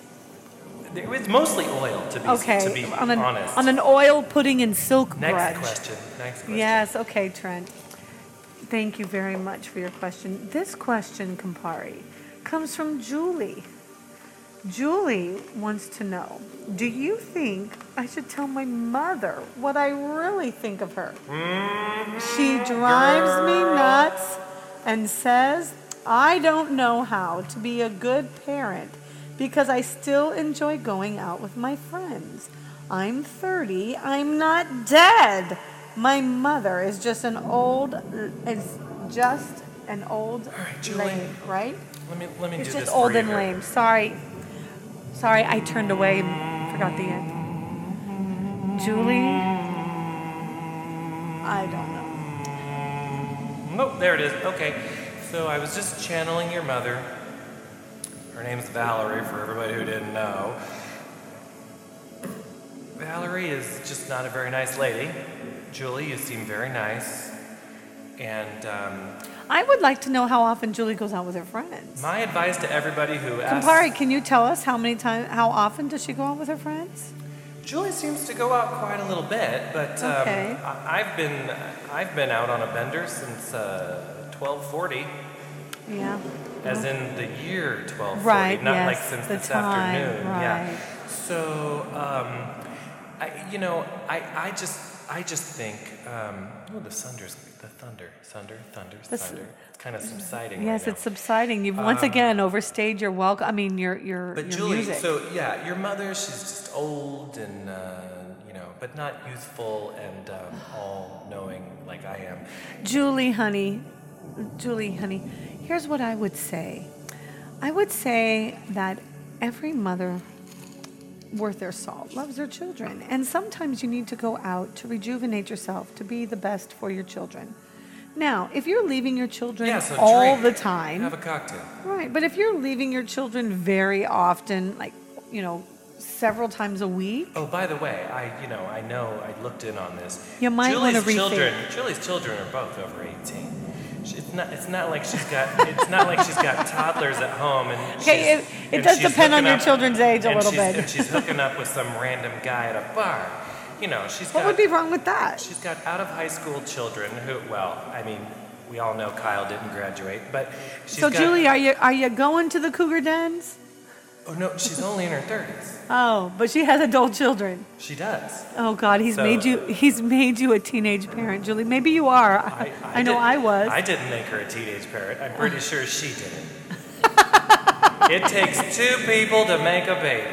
Speaker 1: It was mostly oil, to be,
Speaker 2: Okay.
Speaker 1: to be
Speaker 2: on, an,
Speaker 1: honest.
Speaker 2: on an oil pudding and silk
Speaker 1: Next
Speaker 2: grudge.
Speaker 1: question. Next question.
Speaker 2: Yes, okay, Trent. Thank you very much for your question. This question, Campari, comes from Julie. Julie wants to know Do you think I should tell my mother what I really think of her?
Speaker 1: Mm-hmm.
Speaker 2: She drives me nuts and says, I don't know how to be a good parent because I still enjoy going out with my friends. I'm 30, I'm not dead. My mother is just an old, is just an old
Speaker 1: right, Julie.
Speaker 2: lame, right?
Speaker 1: Let me, let me
Speaker 2: It's
Speaker 1: do
Speaker 2: just
Speaker 1: this
Speaker 2: old
Speaker 1: for you
Speaker 2: and
Speaker 1: here.
Speaker 2: lame. Sorry. Sorry, I turned away and forgot the end. Julie? I don't know.
Speaker 1: Nope, there it is. Okay. So I was just channeling your mother. Her name's Valerie, for everybody who didn't know. Valerie is just not a very nice lady. Julie, you seem very nice. And um,
Speaker 2: I would like to know how often Julie goes out with her friends.
Speaker 1: my advice to everybody who asks
Speaker 2: Campari, can you tell us how many times, how often does she go out with her friends?
Speaker 1: Julie seems to go out quite a little bit, but um,
Speaker 2: Okay.
Speaker 1: I- I've been I've been out on a bender since uh, 1240,
Speaker 2: Yeah.
Speaker 1: as in the year 1240,
Speaker 2: Right,
Speaker 1: not like
Speaker 2: yes,
Speaker 1: since
Speaker 2: the
Speaker 1: this
Speaker 2: time,
Speaker 1: afternoon.
Speaker 2: right.
Speaker 1: Yeah. So, um, I, you know, I, I just I just think um, oh the thunder's the thunder thunder thunder
Speaker 2: The s- mm-hmm.
Speaker 1: thunder. It's kind of subsiding.
Speaker 2: Yes,
Speaker 1: right now.
Speaker 2: it's subsiding. You've once
Speaker 1: Um,
Speaker 2: again overstayed your welcome. I mean, your your,
Speaker 1: But
Speaker 2: your
Speaker 1: Julie,
Speaker 2: music.
Speaker 1: so yeah, your mother, she's just old and uh, you know, but not youthful and um, all-knowing like I am.
Speaker 2: Julie, honey, Julie, honey, here's what I would say. I would say that every mother worth their salt loves their children. And sometimes you need to go out to rejuvenate yourself, to be the best for your children. Now, if you're leaving your children
Speaker 1: Yeah, so
Speaker 2: all
Speaker 1: drink,
Speaker 2: the time,
Speaker 1: Have a cocktail.
Speaker 2: Right, but if you're leaving your children very often, like, you know, several times a week,
Speaker 1: Oh, by the way, I you know I know I looked in on this.
Speaker 2: You might
Speaker 1: Julie's
Speaker 2: wanna rethink.
Speaker 1: children. Julie's children are both over eighteen. She- It's not. It's not like she's got. It's not like she's got toddlers at home. And
Speaker 2: Okay,
Speaker 1: she's-
Speaker 2: it- it
Speaker 1: and
Speaker 2: does
Speaker 1: she's
Speaker 2: depend on
Speaker 1: hooking
Speaker 2: your
Speaker 1: up-
Speaker 2: children's age a
Speaker 1: and
Speaker 2: little
Speaker 1: she's-
Speaker 2: bit.
Speaker 1: And she's hooking up with some random guy at a bar. You know, she's
Speaker 2: what
Speaker 1: got.
Speaker 2: would be wrong with that?
Speaker 1: She's got out of high school children who, well, I mean, we all know Kyle didn't graduate, but she's
Speaker 2: So,
Speaker 1: got,
Speaker 2: Julie, are you are you going to the cougar dens?
Speaker 1: Oh no, she's only in her thirties.
Speaker 2: Oh, but she has adult children.
Speaker 1: She does.
Speaker 2: Oh God, he's
Speaker 1: So- uh,
Speaker 2: made you he's made you a teenage parent, Julie. Maybe you are. I, know
Speaker 1: didn't-
Speaker 2: I was.
Speaker 1: I didn't make her a teenage parent. I'm pretty sure she did it. it takes two people to make a baby,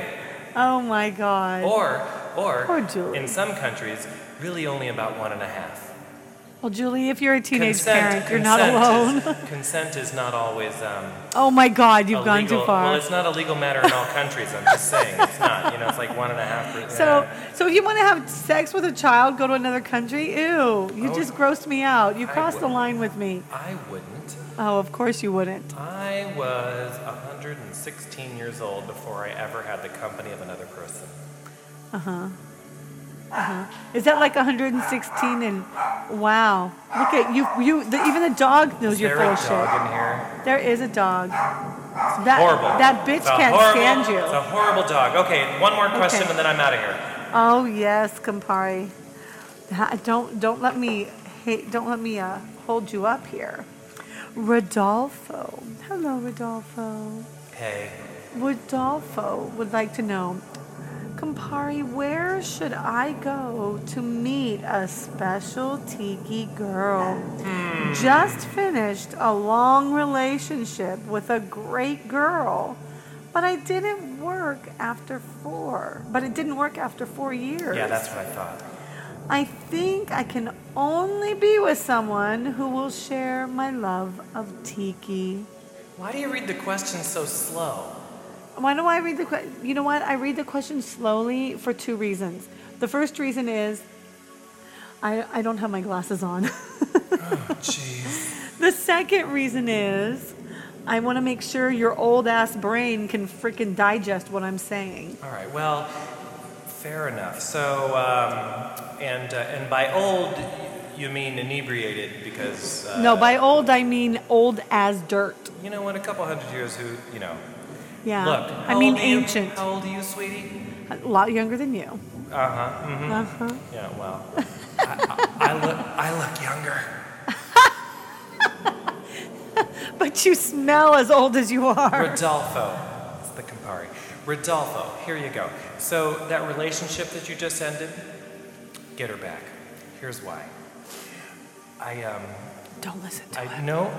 Speaker 2: oh my God.
Speaker 1: or or
Speaker 2: Poor Julie.
Speaker 1: in some countries, really only about one and a half.
Speaker 2: well, Julie, if you're a teenage parent, you're not alone.
Speaker 1: consent Is, consent is not always. Um,
Speaker 2: oh my God, you've
Speaker 1: a
Speaker 2: gone
Speaker 1: legal-
Speaker 2: too far.
Speaker 1: Well, it's not a legal matter in all countries. I'm just saying it's not. You know, it's like one and a half percent.
Speaker 2: So, so if you want to have sex with a child, go to another country. Ew, you
Speaker 1: Oh.
Speaker 2: just grossed me out. You
Speaker 1: I
Speaker 2: crossed the
Speaker 1: wouldn't.
Speaker 2: line with me.
Speaker 1: I wouldn't.
Speaker 2: Oh, of course you wouldn't.
Speaker 1: I was 116 years old before I ever had the company of another person.
Speaker 2: Uh-huh. Is that like 116? And wow, look at you. You the, even the dog knows
Speaker 1: Is
Speaker 2: you're
Speaker 1: there
Speaker 2: full
Speaker 1: a
Speaker 2: of shit.
Speaker 1: dog in here?
Speaker 2: There is a dog. That
Speaker 1: horrible.
Speaker 2: that bitch
Speaker 1: It's a
Speaker 2: can't
Speaker 1: horrible-
Speaker 2: stand you.
Speaker 1: It's a horrible dog. Okay, one more question
Speaker 2: Okay.
Speaker 1: and then I'm out of here.
Speaker 2: Oh yes, Campari. Ha- Don't don't let me hate. Don't let me uh, hold you up here. Rodolfo. Hello, Rodolfo.
Speaker 1: Hey,
Speaker 2: Rodolfo would like to know Campari, where should I go to meet a special tiki girl?
Speaker 1: Hmm.
Speaker 2: Just finished a long relationship with a great girl, but I didn't work after four. But it didn't work after four years.
Speaker 1: yeah, that's what I thought.
Speaker 2: I think I can only be with someone who will share my love of tiki.
Speaker 1: Why do you read the questions so slow?
Speaker 2: Why do I read the que- you know what I read the question slowly for two reasons. The first reason is I I don't have my glasses on.
Speaker 1: Jeez.
Speaker 2: the second reason is I want to make sure your old ass brain can freaking digest what I'm saying.
Speaker 1: All right. Well, fair enough. So, um, and uh, and by old, you mean inebriated because uh,
Speaker 2: no, by old I mean old as dirt.
Speaker 1: you know what? A couple hundred years. Who you know?
Speaker 2: Yeah.
Speaker 1: Look,
Speaker 2: Uh, I
Speaker 1: how
Speaker 2: mean
Speaker 1: old are you-
Speaker 2: ancient.
Speaker 1: how old are you, sweetie?
Speaker 2: A lot younger than you.
Speaker 1: Uh huh. hmm
Speaker 2: Uh-huh.
Speaker 1: Yeah. Well, I, I, I look I look younger.
Speaker 2: But you smell as old as you are.
Speaker 1: Rodolfo. It's the Campari. Rodolfo. Here you go. So that relationship that you just ended, get her back. Here's why. I um
Speaker 2: Don't listen to
Speaker 1: I know.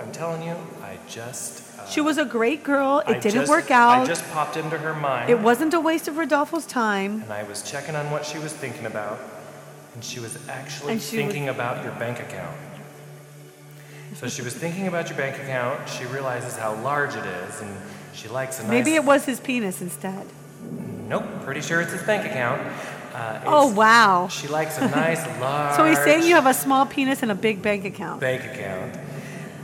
Speaker 1: I'm telling you. I just. Uh,
Speaker 2: it. She was a great girl. It
Speaker 1: I
Speaker 2: didn't
Speaker 1: just-
Speaker 2: work out.
Speaker 1: I just popped into her mind.
Speaker 2: It wasn't a waste of Rodolfo's time.
Speaker 1: and I was checking on what she was thinking about, and she was actually
Speaker 2: And she was-
Speaker 1: thinking about your bank account. So she was thinking about your bank account. She realizes how large it is, and she likes a nice.
Speaker 2: Maybe it was his penis instead.
Speaker 1: Nope, pretty sure it's his bank account. Uh,
Speaker 2: Oh,
Speaker 1: it's-
Speaker 2: wow.
Speaker 1: She likes a nice large.
Speaker 2: So he's saying you have a small penis and a big bank account.
Speaker 1: bank account,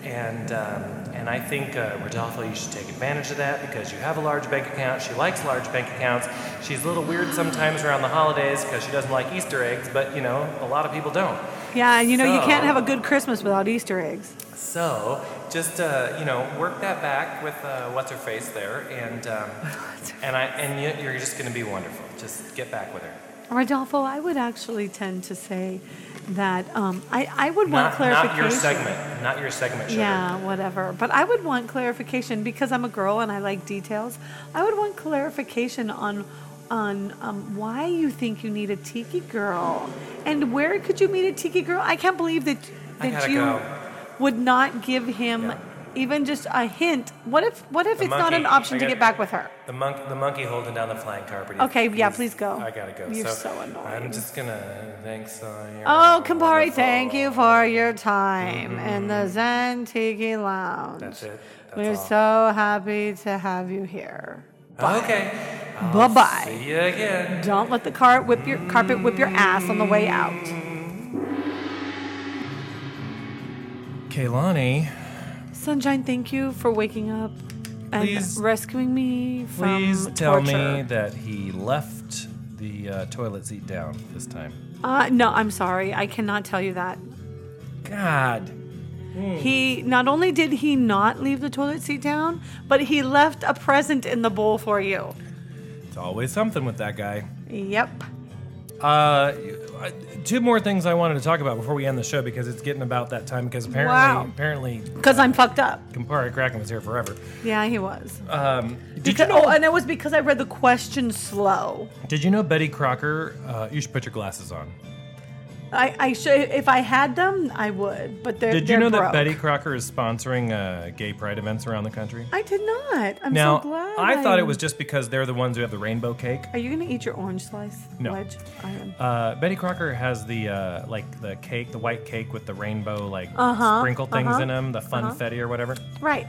Speaker 1: and um, and I think uh, Rodolfo, you should take advantage of that because you have a large bank account. She likes large bank accounts. She's a little weird sometimes around the holidays because she doesn't like Easter eggs, but you know a lot of people don't.
Speaker 2: Yeah, and you know, you can't
Speaker 1: So-
Speaker 2: have a good Christmas without Easter eggs.
Speaker 1: So just uh, you know, work that back with uh, what's her face there, and um, and I and you, you're just gonna be wonderful. Just get back with her.
Speaker 2: Rodolfo, I would actually tend to say that um, I, I would
Speaker 1: Not, not
Speaker 2: want clarification.
Speaker 1: your segment. Not your segment. Sugar.
Speaker 2: Yeah, whatever. But I would want clarification because I'm a girl and I like details. I would want clarification on on um, why you think you need a tiki girl and where could you meet a tiki girl? I can't believe that
Speaker 1: I
Speaker 2: that
Speaker 1: gotta
Speaker 2: you
Speaker 1: go.
Speaker 2: would not give him
Speaker 1: Yeah.
Speaker 2: even just a hint. What if what if
Speaker 1: The
Speaker 2: it's not an
Speaker 1: monkey.
Speaker 2: option
Speaker 1: I
Speaker 2: to
Speaker 1: gotta-
Speaker 2: get back with her?
Speaker 1: The monk, the monkey holding down the flying carpet.
Speaker 2: Okay, yeah,
Speaker 1: He's-
Speaker 2: please go.
Speaker 1: I gotta go.
Speaker 2: You're so annoying.
Speaker 1: I'm just gonna thanks. Uh, you're
Speaker 2: Oh, Campari,
Speaker 1: wonderful. Mm-hmm.
Speaker 2: thank you for your time in the Zen Tiki Lounge.
Speaker 1: That's it. That's
Speaker 2: We're
Speaker 1: all.
Speaker 2: so happy to have you here.
Speaker 1: Okay.
Speaker 2: Bye bye.
Speaker 1: See you again.
Speaker 2: Don't let the car whip your carpet whip your ass on the way out.
Speaker 1: Kaylani,
Speaker 2: Sunshine, thank you for waking up and
Speaker 1: Please-
Speaker 2: rescuing me from
Speaker 1: please tell
Speaker 2: torture.
Speaker 1: me that he left the uh, toilet seat down this time.
Speaker 2: Uh, no, I'm sorry. I cannot tell you that.
Speaker 1: God. Hmm.
Speaker 2: He not only did he not leave the toilet seat down, but he left a present in the bowl for you.
Speaker 1: It's always something with that guy.
Speaker 2: Yep.
Speaker 1: Uh, I- two more things I wanted to talk about before we end the show because it's getting about that time because apparently,
Speaker 2: Wow.
Speaker 1: apparently,
Speaker 2: Because I'm fucked up.
Speaker 1: Campari Kraken was here forever.
Speaker 2: Yeah, he was.
Speaker 1: Um, did you
Speaker 2: Because-
Speaker 1: know?
Speaker 2: oh, and it was because I read the question slow.
Speaker 1: did you know Betty Crocker? Uh, you should put your glasses on.
Speaker 2: I, I should if I had them, I would. But they're
Speaker 1: Did you
Speaker 2: they're
Speaker 1: know
Speaker 2: broke.
Speaker 1: that Betty Crocker is sponsoring uh, gay pride events around the country?
Speaker 2: I did not. I'm
Speaker 1: now,
Speaker 2: so glad.
Speaker 1: I thought it was just because they're the ones who have the rainbow cake.
Speaker 2: Are you gonna eat your orange slice?
Speaker 1: No.
Speaker 2: Wedge? I am.
Speaker 1: Uh, Betty Crocker has the uh, like the cake, the white cake with the rainbow like
Speaker 2: Uh-huh,
Speaker 1: sprinkle things
Speaker 2: uh-huh,
Speaker 1: in them, the funfetti or whatever.
Speaker 2: Right.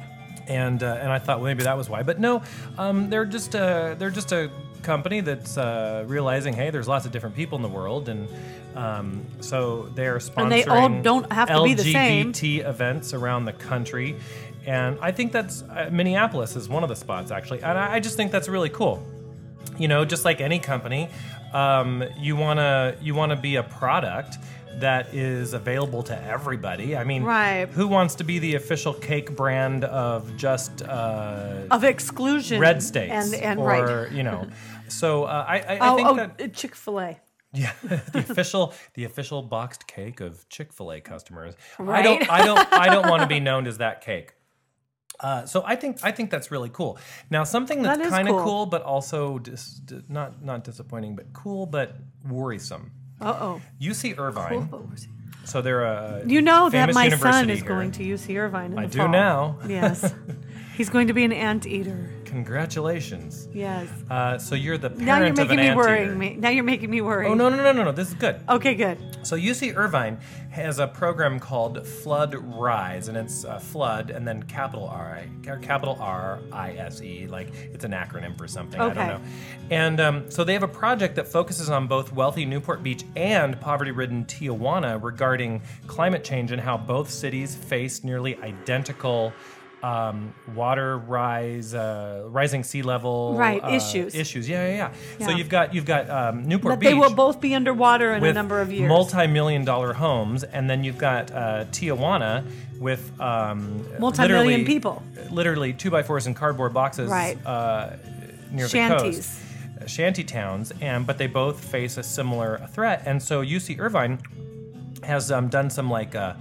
Speaker 1: And uh, and I thought well, maybe that was why, but no, um, they're just a they're just a company that's uh, realizing hey, there's lots of different people in the world, and um, so they're sponsoring
Speaker 2: And they all don't have to be the same.
Speaker 1: LGBT events around the country. And I think that's uh, Minneapolis is one of the spots actually, and I, I just think that's really cool you know just like any company um, you want to you want to be a product that is available to everybody i mean
Speaker 2: Right.
Speaker 1: who wants to be the official cake brand of just uh,
Speaker 2: Of exclusion.
Speaker 1: red states
Speaker 2: And and
Speaker 1: or
Speaker 2: right.
Speaker 1: you know so uh, I, I, I
Speaker 2: Oh,
Speaker 1: think
Speaker 2: oh
Speaker 1: that
Speaker 2: Chick Fil A.
Speaker 1: yeah, the official the official boxed cake of Chick Fil A customers. I
Speaker 2: Right?
Speaker 1: don't I don't I don't want to be known as that cake. Uh, so I think I think that's really cool. Now something that's
Speaker 2: That is
Speaker 1: kind of
Speaker 2: cool.
Speaker 1: cool. but also dis- d- not not disappointing, but cool but worrisome.
Speaker 2: Uh oh.
Speaker 1: UC Irvine. So they're uh, a
Speaker 2: You know that
Speaker 1: famous
Speaker 2: my son
Speaker 1: university
Speaker 2: is
Speaker 1: here.
Speaker 2: going to UC Irvine. In
Speaker 1: I
Speaker 2: the
Speaker 1: do
Speaker 2: fall.
Speaker 1: now.
Speaker 2: Yes. He's going to be an anteater.
Speaker 1: Congratulations.
Speaker 2: Yes.
Speaker 1: Uh, so you're the parent
Speaker 2: Now you're
Speaker 1: of an
Speaker 2: making me
Speaker 1: anteater.
Speaker 2: worrying me. Now you're making me worry.
Speaker 1: Oh no no no no no! This is good.
Speaker 2: Okay, good.
Speaker 1: So UC Irvine has a program called Flood Rise, and it's uh, flood and then capital R, or capital R I S E, like it's an acronym for something. I
Speaker 2: Okay.
Speaker 1: don't know. And um, so they have a project that focuses on both wealthy Newport Beach and poverty-ridden Tijuana regarding climate change and how both cities face nearly identical. Um, water rise, uh, rising sea level,
Speaker 2: Right,
Speaker 1: uh,
Speaker 2: issues.
Speaker 1: issues. Yeah, yeah, yeah. So
Speaker 2: Yeah.
Speaker 1: you've got you've got um, Newport
Speaker 2: But
Speaker 1: Beach
Speaker 2: they will both be underwater in a
Speaker 1: with
Speaker 2: number of years.
Speaker 1: multi-million dollar homes, and then you've got uh, Tijuana with um,
Speaker 2: Multi-million
Speaker 1: literally-
Speaker 2: people.
Speaker 1: literally two by fours and cardboard boxes,
Speaker 2: Right.
Speaker 1: Uh, near
Speaker 2: Shanties.
Speaker 1: the coast, shanty towns, and but they both face a similar threat, and so UC Irvine has um, done some like uh,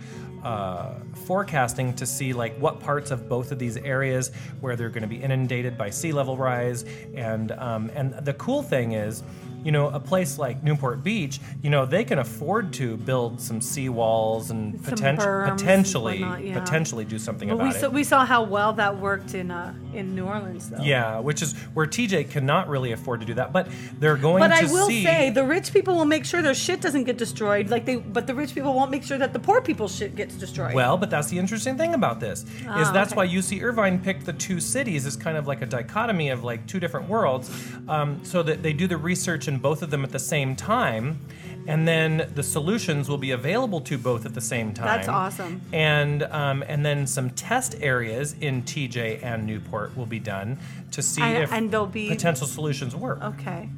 Speaker 1: uh, forecasting to see like what parts of both of these areas where they're going to be inundated by sea level rise and um, and the cool thing is you know a place like Newport Beach you know they can afford to build some sea walls and
Speaker 2: Some
Speaker 1: poten-
Speaker 2: berms and
Speaker 1: potentially
Speaker 2: whatnot, yeah.
Speaker 1: potentially do something
Speaker 2: But
Speaker 1: about
Speaker 2: we
Speaker 1: it
Speaker 2: saw, we saw how well that worked in uh, in New Orleans, though.
Speaker 1: yeah which is where TJ cannot really afford to do that but they're going
Speaker 2: But
Speaker 1: to
Speaker 2: I will
Speaker 1: see
Speaker 2: say the rich people will make sure their shit doesn't get destroyed. Like they, but the rich people won't make sure that the poor people's shit gets destroyed.
Speaker 1: Well, but that's the interesting thing about this
Speaker 2: Ah,
Speaker 1: is that's why UC Irvine picked the two cities as kind of like a dichotomy of like two different worlds, um, so that they do the research in both of them at the same time, and then the solutions will be available to both at the same time.
Speaker 2: That's awesome.
Speaker 1: And um, and then some test areas in TJ and Newport will be done to see
Speaker 2: And-
Speaker 1: if
Speaker 2: and they'll be-
Speaker 1: potential solutions work.
Speaker 2: okay.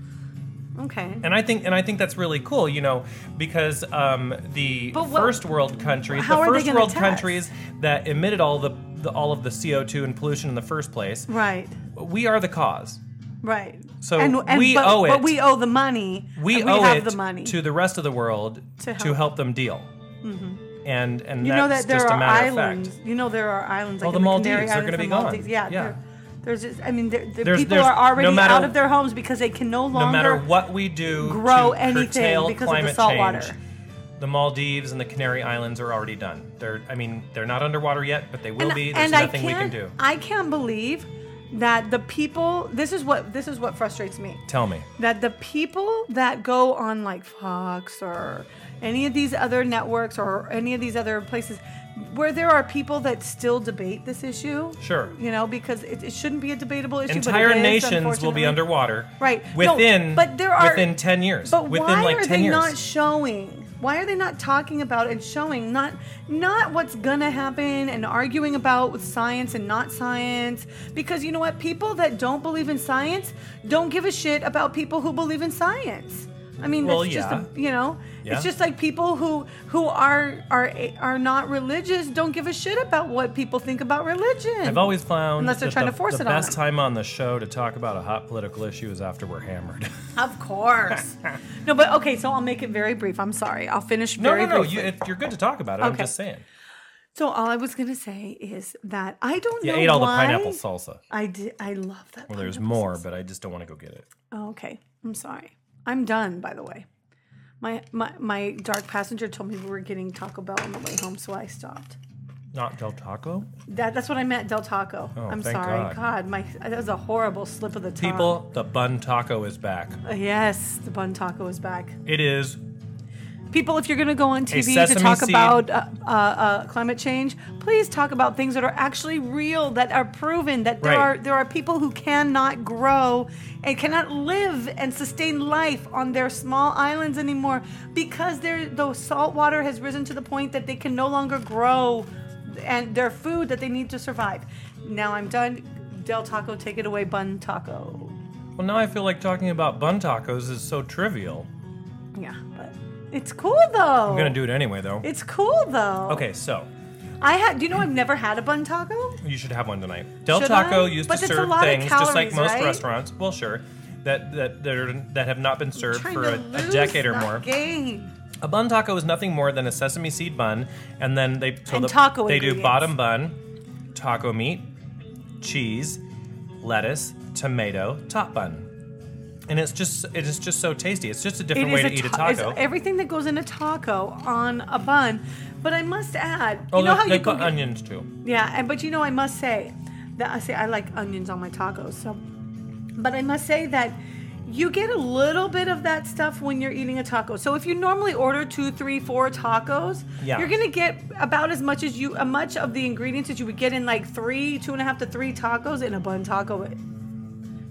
Speaker 2: Okay.
Speaker 1: And I think and I think that's really cool, you know, because um, the
Speaker 2: But what-
Speaker 1: first world countries,
Speaker 2: how
Speaker 1: the
Speaker 2: are they
Speaker 1: first
Speaker 2: gonna
Speaker 1: world
Speaker 2: test?
Speaker 1: countries that emitted all the, the all of the CO two and pollution in the first place,
Speaker 2: Right.
Speaker 1: we are the cause.
Speaker 2: Right.
Speaker 1: So
Speaker 2: and, and,
Speaker 1: we
Speaker 2: but,
Speaker 1: owe it-
Speaker 2: But we owe the money.
Speaker 1: We,
Speaker 2: and we
Speaker 1: owe
Speaker 2: have
Speaker 1: it
Speaker 2: the money.
Speaker 1: to the rest of the world to
Speaker 2: To
Speaker 1: help,
Speaker 2: help. Mm-hmm.
Speaker 1: them deal. And and
Speaker 2: you know
Speaker 1: that's
Speaker 2: that there
Speaker 1: just a
Speaker 2: are
Speaker 1: matter
Speaker 2: islands.
Speaker 1: of fact.
Speaker 2: You know there are islands.
Speaker 1: Oh,
Speaker 2: Like
Speaker 1: the
Speaker 2: in
Speaker 1: Maldives, they're
Speaker 2: going to
Speaker 1: gonna be gone.
Speaker 2: Yeah.
Speaker 1: Yeah.
Speaker 2: there- There's just, I mean, there, the
Speaker 1: There's-
Speaker 2: people
Speaker 1: there's-
Speaker 2: are already
Speaker 1: no matter-
Speaker 2: out of their homes because they can no longer.
Speaker 1: No matter what we do
Speaker 2: grow
Speaker 1: to
Speaker 2: anything
Speaker 1: curtail
Speaker 2: because of the
Speaker 1: climate
Speaker 2: salt
Speaker 1: change,
Speaker 2: water.
Speaker 1: the Maldives and the Canary Islands are already done. They're I mean they're not underwater yet, but they will be. There's nothing we can
Speaker 2: can't-
Speaker 1: do.
Speaker 2: I can't believe that the people. This is what this is what frustrates me.
Speaker 1: Tell me.
Speaker 2: that the people that go on like Fox or any of these other networks or any of these other places where there are people that still debate this issue.
Speaker 1: Sure.
Speaker 2: You know, because it, it shouldn't be a debatable issue. but it
Speaker 1: entire
Speaker 2: is,
Speaker 1: nations will be
Speaker 2: unfortunately.
Speaker 1: underwater
Speaker 2: Right. No,
Speaker 1: within
Speaker 2: but there are-
Speaker 1: within 10 years
Speaker 2: But
Speaker 1: within
Speaker 2: why
Speaker 1: like
Speaker 2: are
Speaker 1: 10
Speaker 2: they
Speaker 1: years
Speaker 2: not showing? Why are they not talking about and showing not not what's gonna happen and arguing about with science and not science? Because you know what? People that don't believe in science don't give a shit about people who believe in science. I mean,
Speaker 1: Well,
Speaker 2: that's
Speaker 1: yeah.
Speaker 2: just a, you know,
Speaker 1: Yeah.
Speaker 2: it's just like people who who are are are not religious don't give a shit about what people think about religion.
Speaker 1: I've always found
Speaker 2: Unless they're
Speaker 1: that
Speaker 2: trying
Speaker 1: the,
Speaker 2: to force
Speaker 1: the
Speaker 2: it on
Speaker 1: best
Speaker 2: them.
Speaker 1: time on the show to talk about a hot political issue is after we're hammered.
Speaker 2: of course. no, but okay, so I'll make it very brief. I'm sorry. I'll finish
Speaker 1: no,
Speaker 2: very
Speaker 1: no, no.
Speaker 2: briefly.
Speaker 1: You, it, you're good to talk about it. I'm
Speaker 2: Okay.
Speaker 1: just saying.
Speaker 2: So all I was gonna say is that I don't
Speaker 1: You
Speaker 2: know
Speaker 1: ate all
Speaker 2: why.
Speaker 1: the pineapple salsa.
Speaker 2: I did. I love that.
Speaker 1: Well, there's
Speaker 2: pineapple
Speaker 1: more,
Speaker 2: sauce.
Speaker 1: but I just don't want to go get it.
Speaker 2: Oh, okay, I'm sorry. I'm done. By the way, my my my dark passenger told me we were getting Taco Bell on the way home, so I stopped.
Speaker 1: Not Del Taco?
Speaker 2: That that's what I meant, Del Taco.
Speaker 1: Oh,
Speaker 2: I'm
Speaker 1: thank
Speaker 2: sorry.
Speaker 1: God.
Speaker 2: God. my that was a horrible slip of the tongue.
Speaker 1: People, the bun taco is back.
Speaker 2: Uh, yes, the bun taco is back.
Speaker 1: It is.
Speaker 2: People, if you're going to go on TV to
Speaker 1: sesame
Speaker 2: talk
Speaker 1: seed.
Speaker 2: about uh, uh, uh, climate change, please talk about things that are actually real, that are proven, that there
Speaker 1: Right.
Speaker 2: are there are people who cannot grow and cannot live and sustain life on their small islands anymore because their the salt water has risen to the point that they can no longer grow and their food that they need to survive. Now I'm done. Del Taco, take it away, Bun Taco.
Speaker 1: Well, now I feel like talking about bun tacos is so trivial.
Speaker 2: Yeah, but it's cool though.
Speaker 1: I'm going to do it anyway, though.
Speaker 2: It's cool though.
Speaker 1: Okay, so
Speaker 2: I had. Do you know I've never had a bun taco?
Speaker 1: You should have one tonight. Del
Speaker 2: Should
Speaker 1: Taco
Speaker 2: I?
Speaker 1: used
Speaker 2: But
Speaker 1: to
Speaker 2: it's a
Speaker 1: serve
Speaker 2: lot of
Speaker 1: things just like
Speaker 2: calories,
Speaker 1: most
Speaker 2: right?
Speaker 1: restaurants. Well, sure. That that that, are, that have not been served
Speaker 2: Trying
Speaker 1: for
Speaker 2: to
Speaker 1: a, a
Speaker 2: lose
Speaker 1: decade or
Speaker 2: that
Speaker 1: more.
Speaker 2: Game.
Speaker 1: A bun taco is nothing more than a sesame seed bun, and then they so
Speaker 2: And
Speaker 1: the-
Speaker 2: taco
Speaker 1: they do
Speaker 2: ingredients.
Speaker 1: bottom bun, taco meat, cheese, lettuce, tomato, top bun. And it's just it is just so tasty. It's just a different way to eat a
Speaker 2: ta- it's
Speaker 1: taco.
Speaker 2: everything that goes in a taco on a bun. But I must add,
Speaker 1: oh,
Speaker 2: you know
Speaker 1: they,
Speaker 2: how
Speaker 1: they
Speaker 2: you
Speaker 1: put
Speaker 2: go, get-
Speaker 1: onions too.
Speaker 2: yeah, and but you know I must say that I say I like onions on my tacos. So, but I must say that. You get a little bit of that stuff when you're eating a taco. So if you normally order two, three, four tacos,
Speaker 1: Yeah.
Speaker 2: you're gonna get about as much as you, a much of the ingredients that you would get in like three, two and a half to three tacos in a bun taco.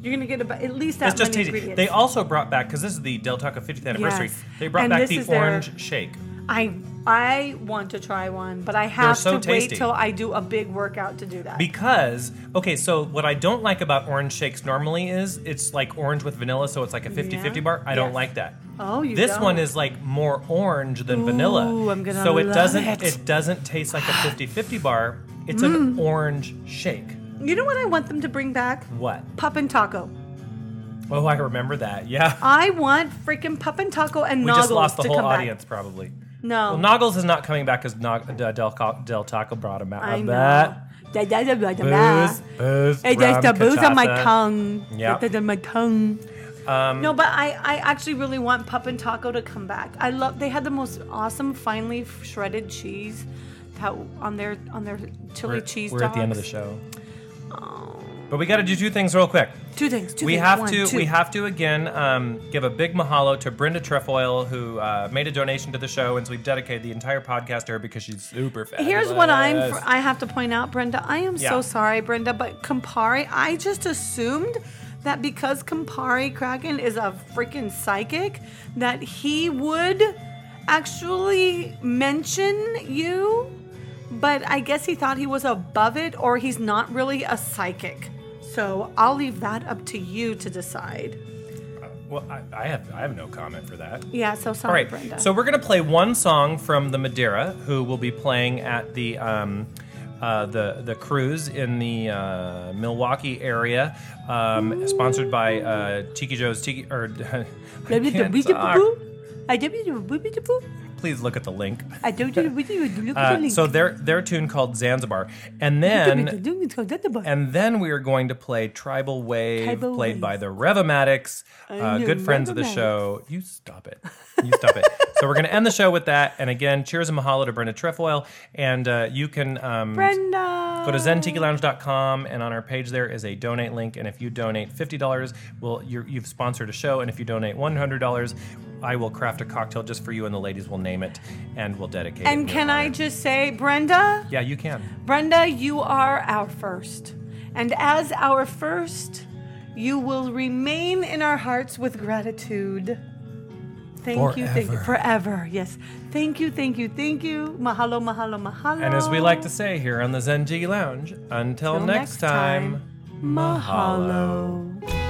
Speaker 2: You're gonna get about at least that
Speaker 1: It's just
Speaker 2: many
Speaker 1: tasty.
Speaker 2: ingredients.
Speaker 1: They also brought back because this is the Del Taco 50th anniversary.
Speaker 2: Yes.
Speaker 1: They brought
Speaker 2: And
Speaker 1: back
Speaker 2: this
Speaker 1: the
Speaker 2: is their-
Speaker 1: orange shake.
Speaker 2: I I want to try one, but I have
Speaker 1: so
Speaker 2: to
Speaker 1: tasty.
Speaker 2: wait till I do a big workout to do that.
Speaker 1: Because okay, so what I don't like about orange shakes normally is it's like orange with vanilla, so it's like a 50-50
Speaker 2: Yeah.
Speaker 1: bar. I don't
Speaker 2: Yes.
Speaker 1: like that.
Speaker 2: Oh, you
Speaker 1: This one
Speaker 2: don't.
Speaker 1: is like more orange than vanilla.
Speaker 2: Ooh, I'm gonna
Speaker 1: So it
Speaker 2: love
Speaker 1: doesn't
Speaker 2: it. Mm.
Speaker 1: doesn't taste like a 50-50 bar. It's an orange shake.
Speaker 2: you know what I want them to bring back?
Speaker 1: What?
Speaker 2: Puppin taco.
Speaker 1: Oh, I remember that. Yeah.
Speaker 2: I want freaking puppin taco and
Speaker 1: we
Speaker 2: noggles
Speaker 1: just lost the
Speaker 2: to
Speaker 1: whole
Speaker 2: come
Speaker 1: audience probably.
Speaker 2: back. No,
Speaker 1: Well, Noggles is not coming back because Nog- Del, Del, Del Taco brought him out.
Speaker 2: I
Speaker 1: of
Speaker 2: know.
Speaker 1: that.
Speaker 2: Da- da- da- da- da- da.
Speaker 1: Booze, booze,
Speaker 2: It is
Speaker 1: rum,
Speaker 2: the booze on my
Speaker 1: cachaça.
Speaker 2: tongue.
Speaker 1: Yeah. Um,
Speaker 2: Da- da- da- my tongue. no, but I, I actually really want Puppin Taco to come back. I love they had the most awesome finely shredded cheese that on their on their chili
Speaker 1: We're,
Speaker 2: cheese.
Speaker 1: we're at the end of the
Speaker 2: dogs. Oh.
Speaker 1: show. But we got to do two things real quick.
Speaker 2: Two things. Two
Speaker 1: we
Speaker 2: things.
Speaker 1: have
Speaker 2: One,
Speaker 1: to
Speaker 2: two.
Speaker 1: we have to again um, give a big mahalo to Brenda Trefoil who uh, made a donation to the show and so we've dedicated the entire podcast to her because she's super fabulous.
Speaker 2: Here's what I'm. Fr- I have to point out, Brenda. I am
Speaker 1: Yeah.
Speaker 2: so sorry, Brenda, but Campari. I just assumed that because Campari Kraken is a freaking psychic, that he would actually mention you. But I guess he thought he was above it, or he's not really a psychic. So I'll leave that up to you to decide.
Speaker 1: Well, I, I have I have no comment for that.
Speaker 2: Yeah, so sorry,
Speaker 1: All right,
Speaker 2: Brenda.
Speaker 1: so we're gonna play one song from the Madeira, who will be playing at the um, uh, the the cruise in the uh, Milwaukee area, um, sponsored by uh, Tiki Joe's Tiki. Or I can't talk. Please look at the link. Uh, so their their tune called Zanzibar, and then and then we are going to play Tribal Wave,
Speaker 2: Tribal
Speaker 1: played
Speaker 2: Wave.
Speaker 1: by the Revomatics, uh,
Speaker 2: know,
Speaker 1: good friends of the show. You stop it. You stop it. So we're going to end the show with that. And again, cheers and mahalo to Brenda Trefoil. And uh, you can um,
Speaker 2: Brenda.
Speaker 1: go to zentikilounge.com, and on our page there is a donate link. And if you donate $50, well, you're, you've sponsored a show. And if you donate $100, I will craft a cocktail just for you, and the ladies will name it, and we'll dedicate it. in your
Speaker 2: And can
Speaker 1: honor.
Speaker 2: I just say, Brenda?
Speaker 1: Yeah, you can.
Speaker 2: Brenda, you are our first. And as our first, you will remain in our hearts with gratitude. Thank you, thank you. Forever, yes. Thank you, thank you, thank you. Mahalo, mahalo, mahalo.
Speaker 1: And as we like to say here on the Zen Jiggy Lounge, until
Speaker 2: Till
Speaker 1: next,
Speaker 2: next
Speaker 1: time,
Speaker 2: mahalo.
Speaker 1: mahalo.
Speaker 2: mahalo.